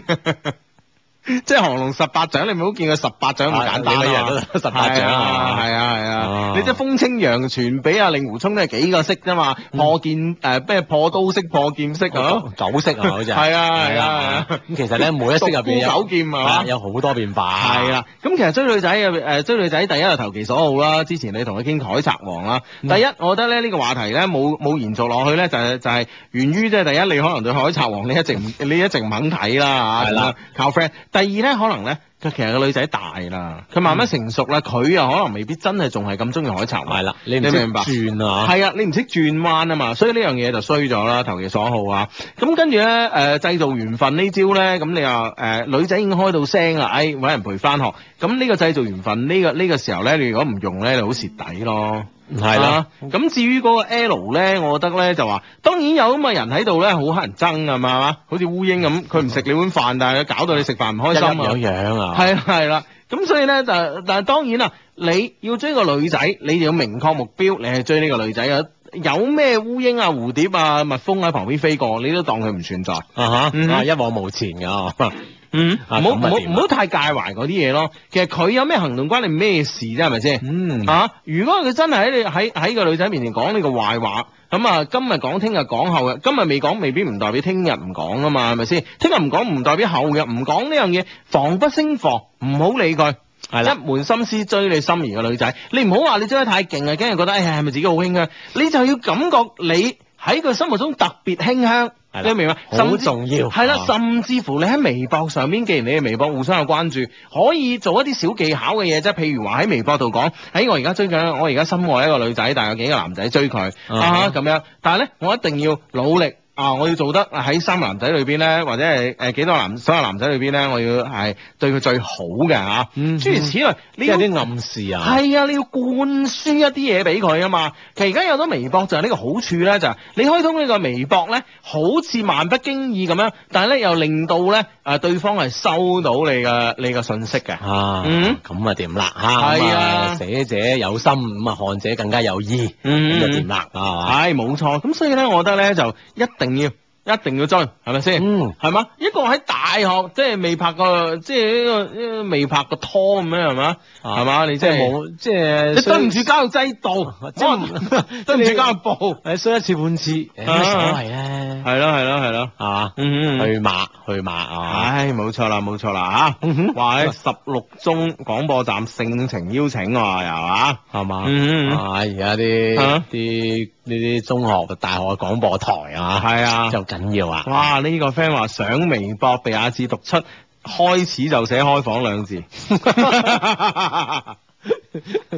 即係降龍十八掌，你咪好見佢十八掌咁簡單係你咪人啊都嘛得十八掌啊係啊係啊啊，你即係風清揚傳俾阿令狐沖都係幾個式啫嘛，嗯破劍誒咩破刀式、破劍式啊，九色啊，好似係啊係啊係啊咁其實咧每一色入邊有獨孤九劍係嘛係啊有好多變化，係啊啦，咁其實追女仔嘅誒追女仔，第一就投其所好啦。之前你同佢傾海賊王啦，嗯第一我覺得咧呢個話題咧冇冇延續落去咧，就係就係源於即係第一你可能對海賊王你一 <laughs> 直唔你一直唔肯睇啦嚇，啊係啦咁樣靠 friend。第二咧可能咧佢其實個女仔大啦，佢嗯慢慢成熟啦，佢又可能未必真係仲係咁中意海賊王。係啦，你唔你識明白轉啊，係啊，你唔識轉彎啊嘛，所以呢樣嘢就衰咗啦，投其所好啊。咁跟住咧，誒、製造緣分呢招咧，咁你又誒、女仔已經開到聲啦，誒、哎、揾人陪翻學。咁呢個製造緣分呢、個呢、個時候咧，你如果唔用咧，你好蝕底咯。係啦啊。咁、至於嗰個 L 咧，我覺得咧就話，當然有咁嘅人喺度咧，好乞人憎啊嘛，係嘛？好似烏蠅咁，佢唔食你碗飯，但係佢搞到你食飯唔開心啊有。樣啊，係啦係啦，咁所以咧，但但係當然啦，你要追個女仔，你就要明確目標，你係追呢個女仔啊。有咩烏蠅啊、蝴蝶啊、蜜蜂喺旁邊飛過，你都當佢唔存在。啊嗯嚇，啊一往無前㗎啊，嗯，唔啊好咁唔咪好掂唔啦好太介懷嗰啲嘢咯。其實佢有咩行動關你咩事啫，係咪先？嗯啊！如果佢真係喺你喺喺個女仔面前講你個壞話，咁啊今日講聽日講後日，今日未講未必唔代表聽日唔講啊嘛，係咪先？聽日唔講唔代表後日唔講呢樣嘢，防不勝防，唔好理佢。係啦一門心思追你心儀嘅女仔，你唔好話你追得太勁啊，驚人覺得哎呀係咪自己好馨香？你就要感覺你喺佢心目中特別馨香，係啦你明唔明？好甚至重要係啦，啊甚至乎你喺微博上面，既然你哋微博互相有關注，可以做一啲小技巧嘅嘢，即係譬如話喺微博度講，喺、我而家追緊，我而家深愛一個女仔，但係有幾個男仔追佢嗯啊咁樣，但係咧我一定要努力。啊！我要做得喺三個男仔裏邊咧，或者係誒幾多男所有男仔裏邊咧，我要係對佢最好嘅嚇。啊嗯諸如此類，呢你有要啲暗示啊，係啊，你要灌輸一啲嘢俾佢啊嘛。其實而家有咗微博就係呢個好處咧，就係、你可以通過呢個微博咧，好似漫不經意咁樣，但係咧又令到咧誒對方係收到你嘅你嘅信息嘅。啊嗯，咁啊掂啦嚇，係咁啊啊寫者有心，咁啊看者更加有意，嗯咁就掂啦，啊係嘛？係冇錯，咁所以咧，我覺得咧就一定要一定要追，係咪先？嗯係嘛？一個喺大學即係未拍過，即係呢個呢個未拍過拖咁樣係嘛？啊係嘛？你即真係係冇，即係你對唔需住教育制度， <laughs> 即係 <laughs> 我對唔住教 <laughs> 育部，誒衰一次半次，誒咩所謂咧？啊係咯係咯係咯。係嘛？嗯去馬去馬啊！唉，冇錯啦，冇錯啦嚇嗯哼！話喺十六中廣播站盛情邀請喎，又啊，係嘛？嗯嗯嗯啊！而家啲啊啲呢啲中學、大學嘅廣播台啊，係啊就緊要啊！ <laughs> 哇！呢、個 friend 話上微博被阿志讀出，開始就寫開房兩 <laughs> 字，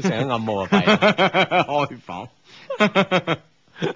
成日暗冇啊弊，開房。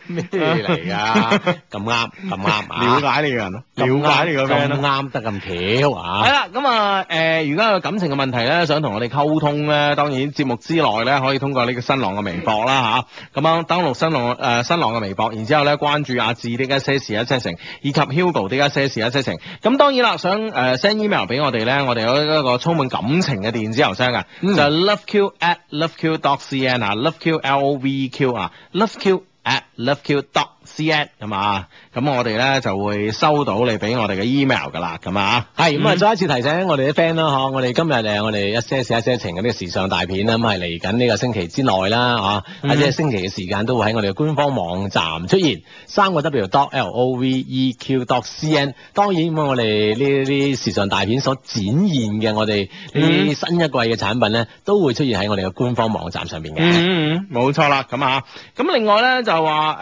咩嚟㗎？咁啱咁啱啊！ <laughs> 了解你個人咯，咁啱了解你個 friend 咁咯。啱得咁巧係啊！啦，咁啊，誒、如果有感情嘅問題咧，想同我哋溝通咧，當然節目之內咧，可以通過呢個新浪嘅微博啦吓，咁、樣登錄新浪誒、新浪嘅微博，然之後咧關注阿志的一些事一些情，以及 Hugo 的一些事一些情。咁當然啦，想誒 send、email 俾我哋咧，我哋有一個充滿感情嘅電子郵箱嘅，啊嗯就係 loveq at loveq dot cn 啊，loveq l o v q 啊，loveq at loveq dot cn 咁啊，咁我哋咧就會收到你俾我哋嘅 email 噶啦，咁啊。係咁啊！嗯再一次提醒我哋啲 friend 啦，嗬！我哋今日誒，我哋一些事一些情嘅呢個時尚大片啊啦，咁係嚟緊呢個星期之內啦，啊嚇！嗯或者星期嘅時間都會喺我哋嘅官方網站出現，三個 W dot L O V E Q dot C N。當然咁啊，我哋呢啲時尚大片所展現嘅我哋呢啲嗯新一季嘅產品咧，都會出現喺我哋嘅官方網站上邊嘅。嗯嗯，嗯冇錯啦，咁啊，咁另外咧就話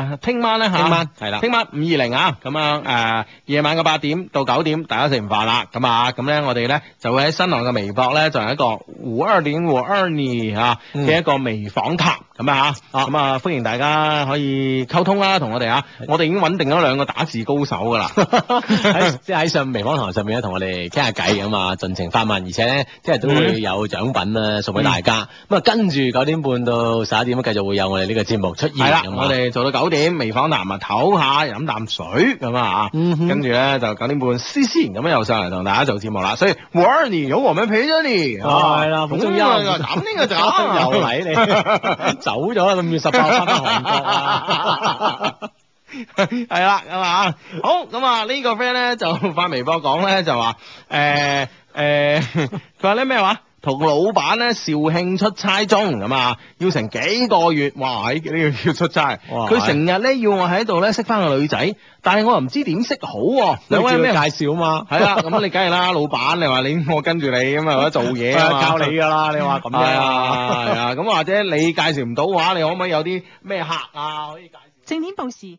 誒，聽、晚咧嚇，聽晚係啦聽晚五二零啊，咁樣誒、夜晚嘅八點到九點，大家食完飯啦，咁啊，咁咧我哋咧就會喺新浪嘅微博咧，就有一個胡二點胡二二啊嗯嘅一個微訪談，咁啊嚇，咁啊歡迎大家可以溝通啦，同我哋啊，我哋已經穩定咗兩個打字高手 <laughs> 噶啦。 <laughs> 喺即係喺上微方堂上面咧，同我哋傾下偈咁啊，盡情發問，而且咧即係都嗯會有獎品啦送俾大家。咁啊，跟住九點半到十一點繼續會有我哋呢個節目出現。係啦，咁啊我哋做到九點，微訪談啊，唞下，飲啖水咁啊，嗯哼跟住咧就九點半，斯斯然咁樣又上嚟同大家做節目啦。所以 w a r n y 有我們陪着你，係啦，咁咁呢個咁呢 <laughs> 個就啊又嚟 <laughs> 你走咗啦，咁要十八翻返韓國啊！ <laughs> 係啦，咁啊，好咁啊，呢個 friend 咧就發微博講咧就話誒誒， <laughs> 佢話咧咩話？同老闆咧肇慶出差中咁啊，要成幾個月，哇！呢、呢個要出差，哇佢成日咧要我喺度咧識翻個女仔，但係我又唔知點識好喎、兩位有咩你叫佢介紹嘛？ <laughs> 係啊 <laughs> 啦，咁你梗係啦，老闆你話你我跟住你咁啊，或者做嘢啊嘛教你㗎啦，你話咁 <laughs> 係樣。啊，係啊，咁或者你介紹唔到嘅話，你可唔可以有啲咩客啊可以介紹？正點報時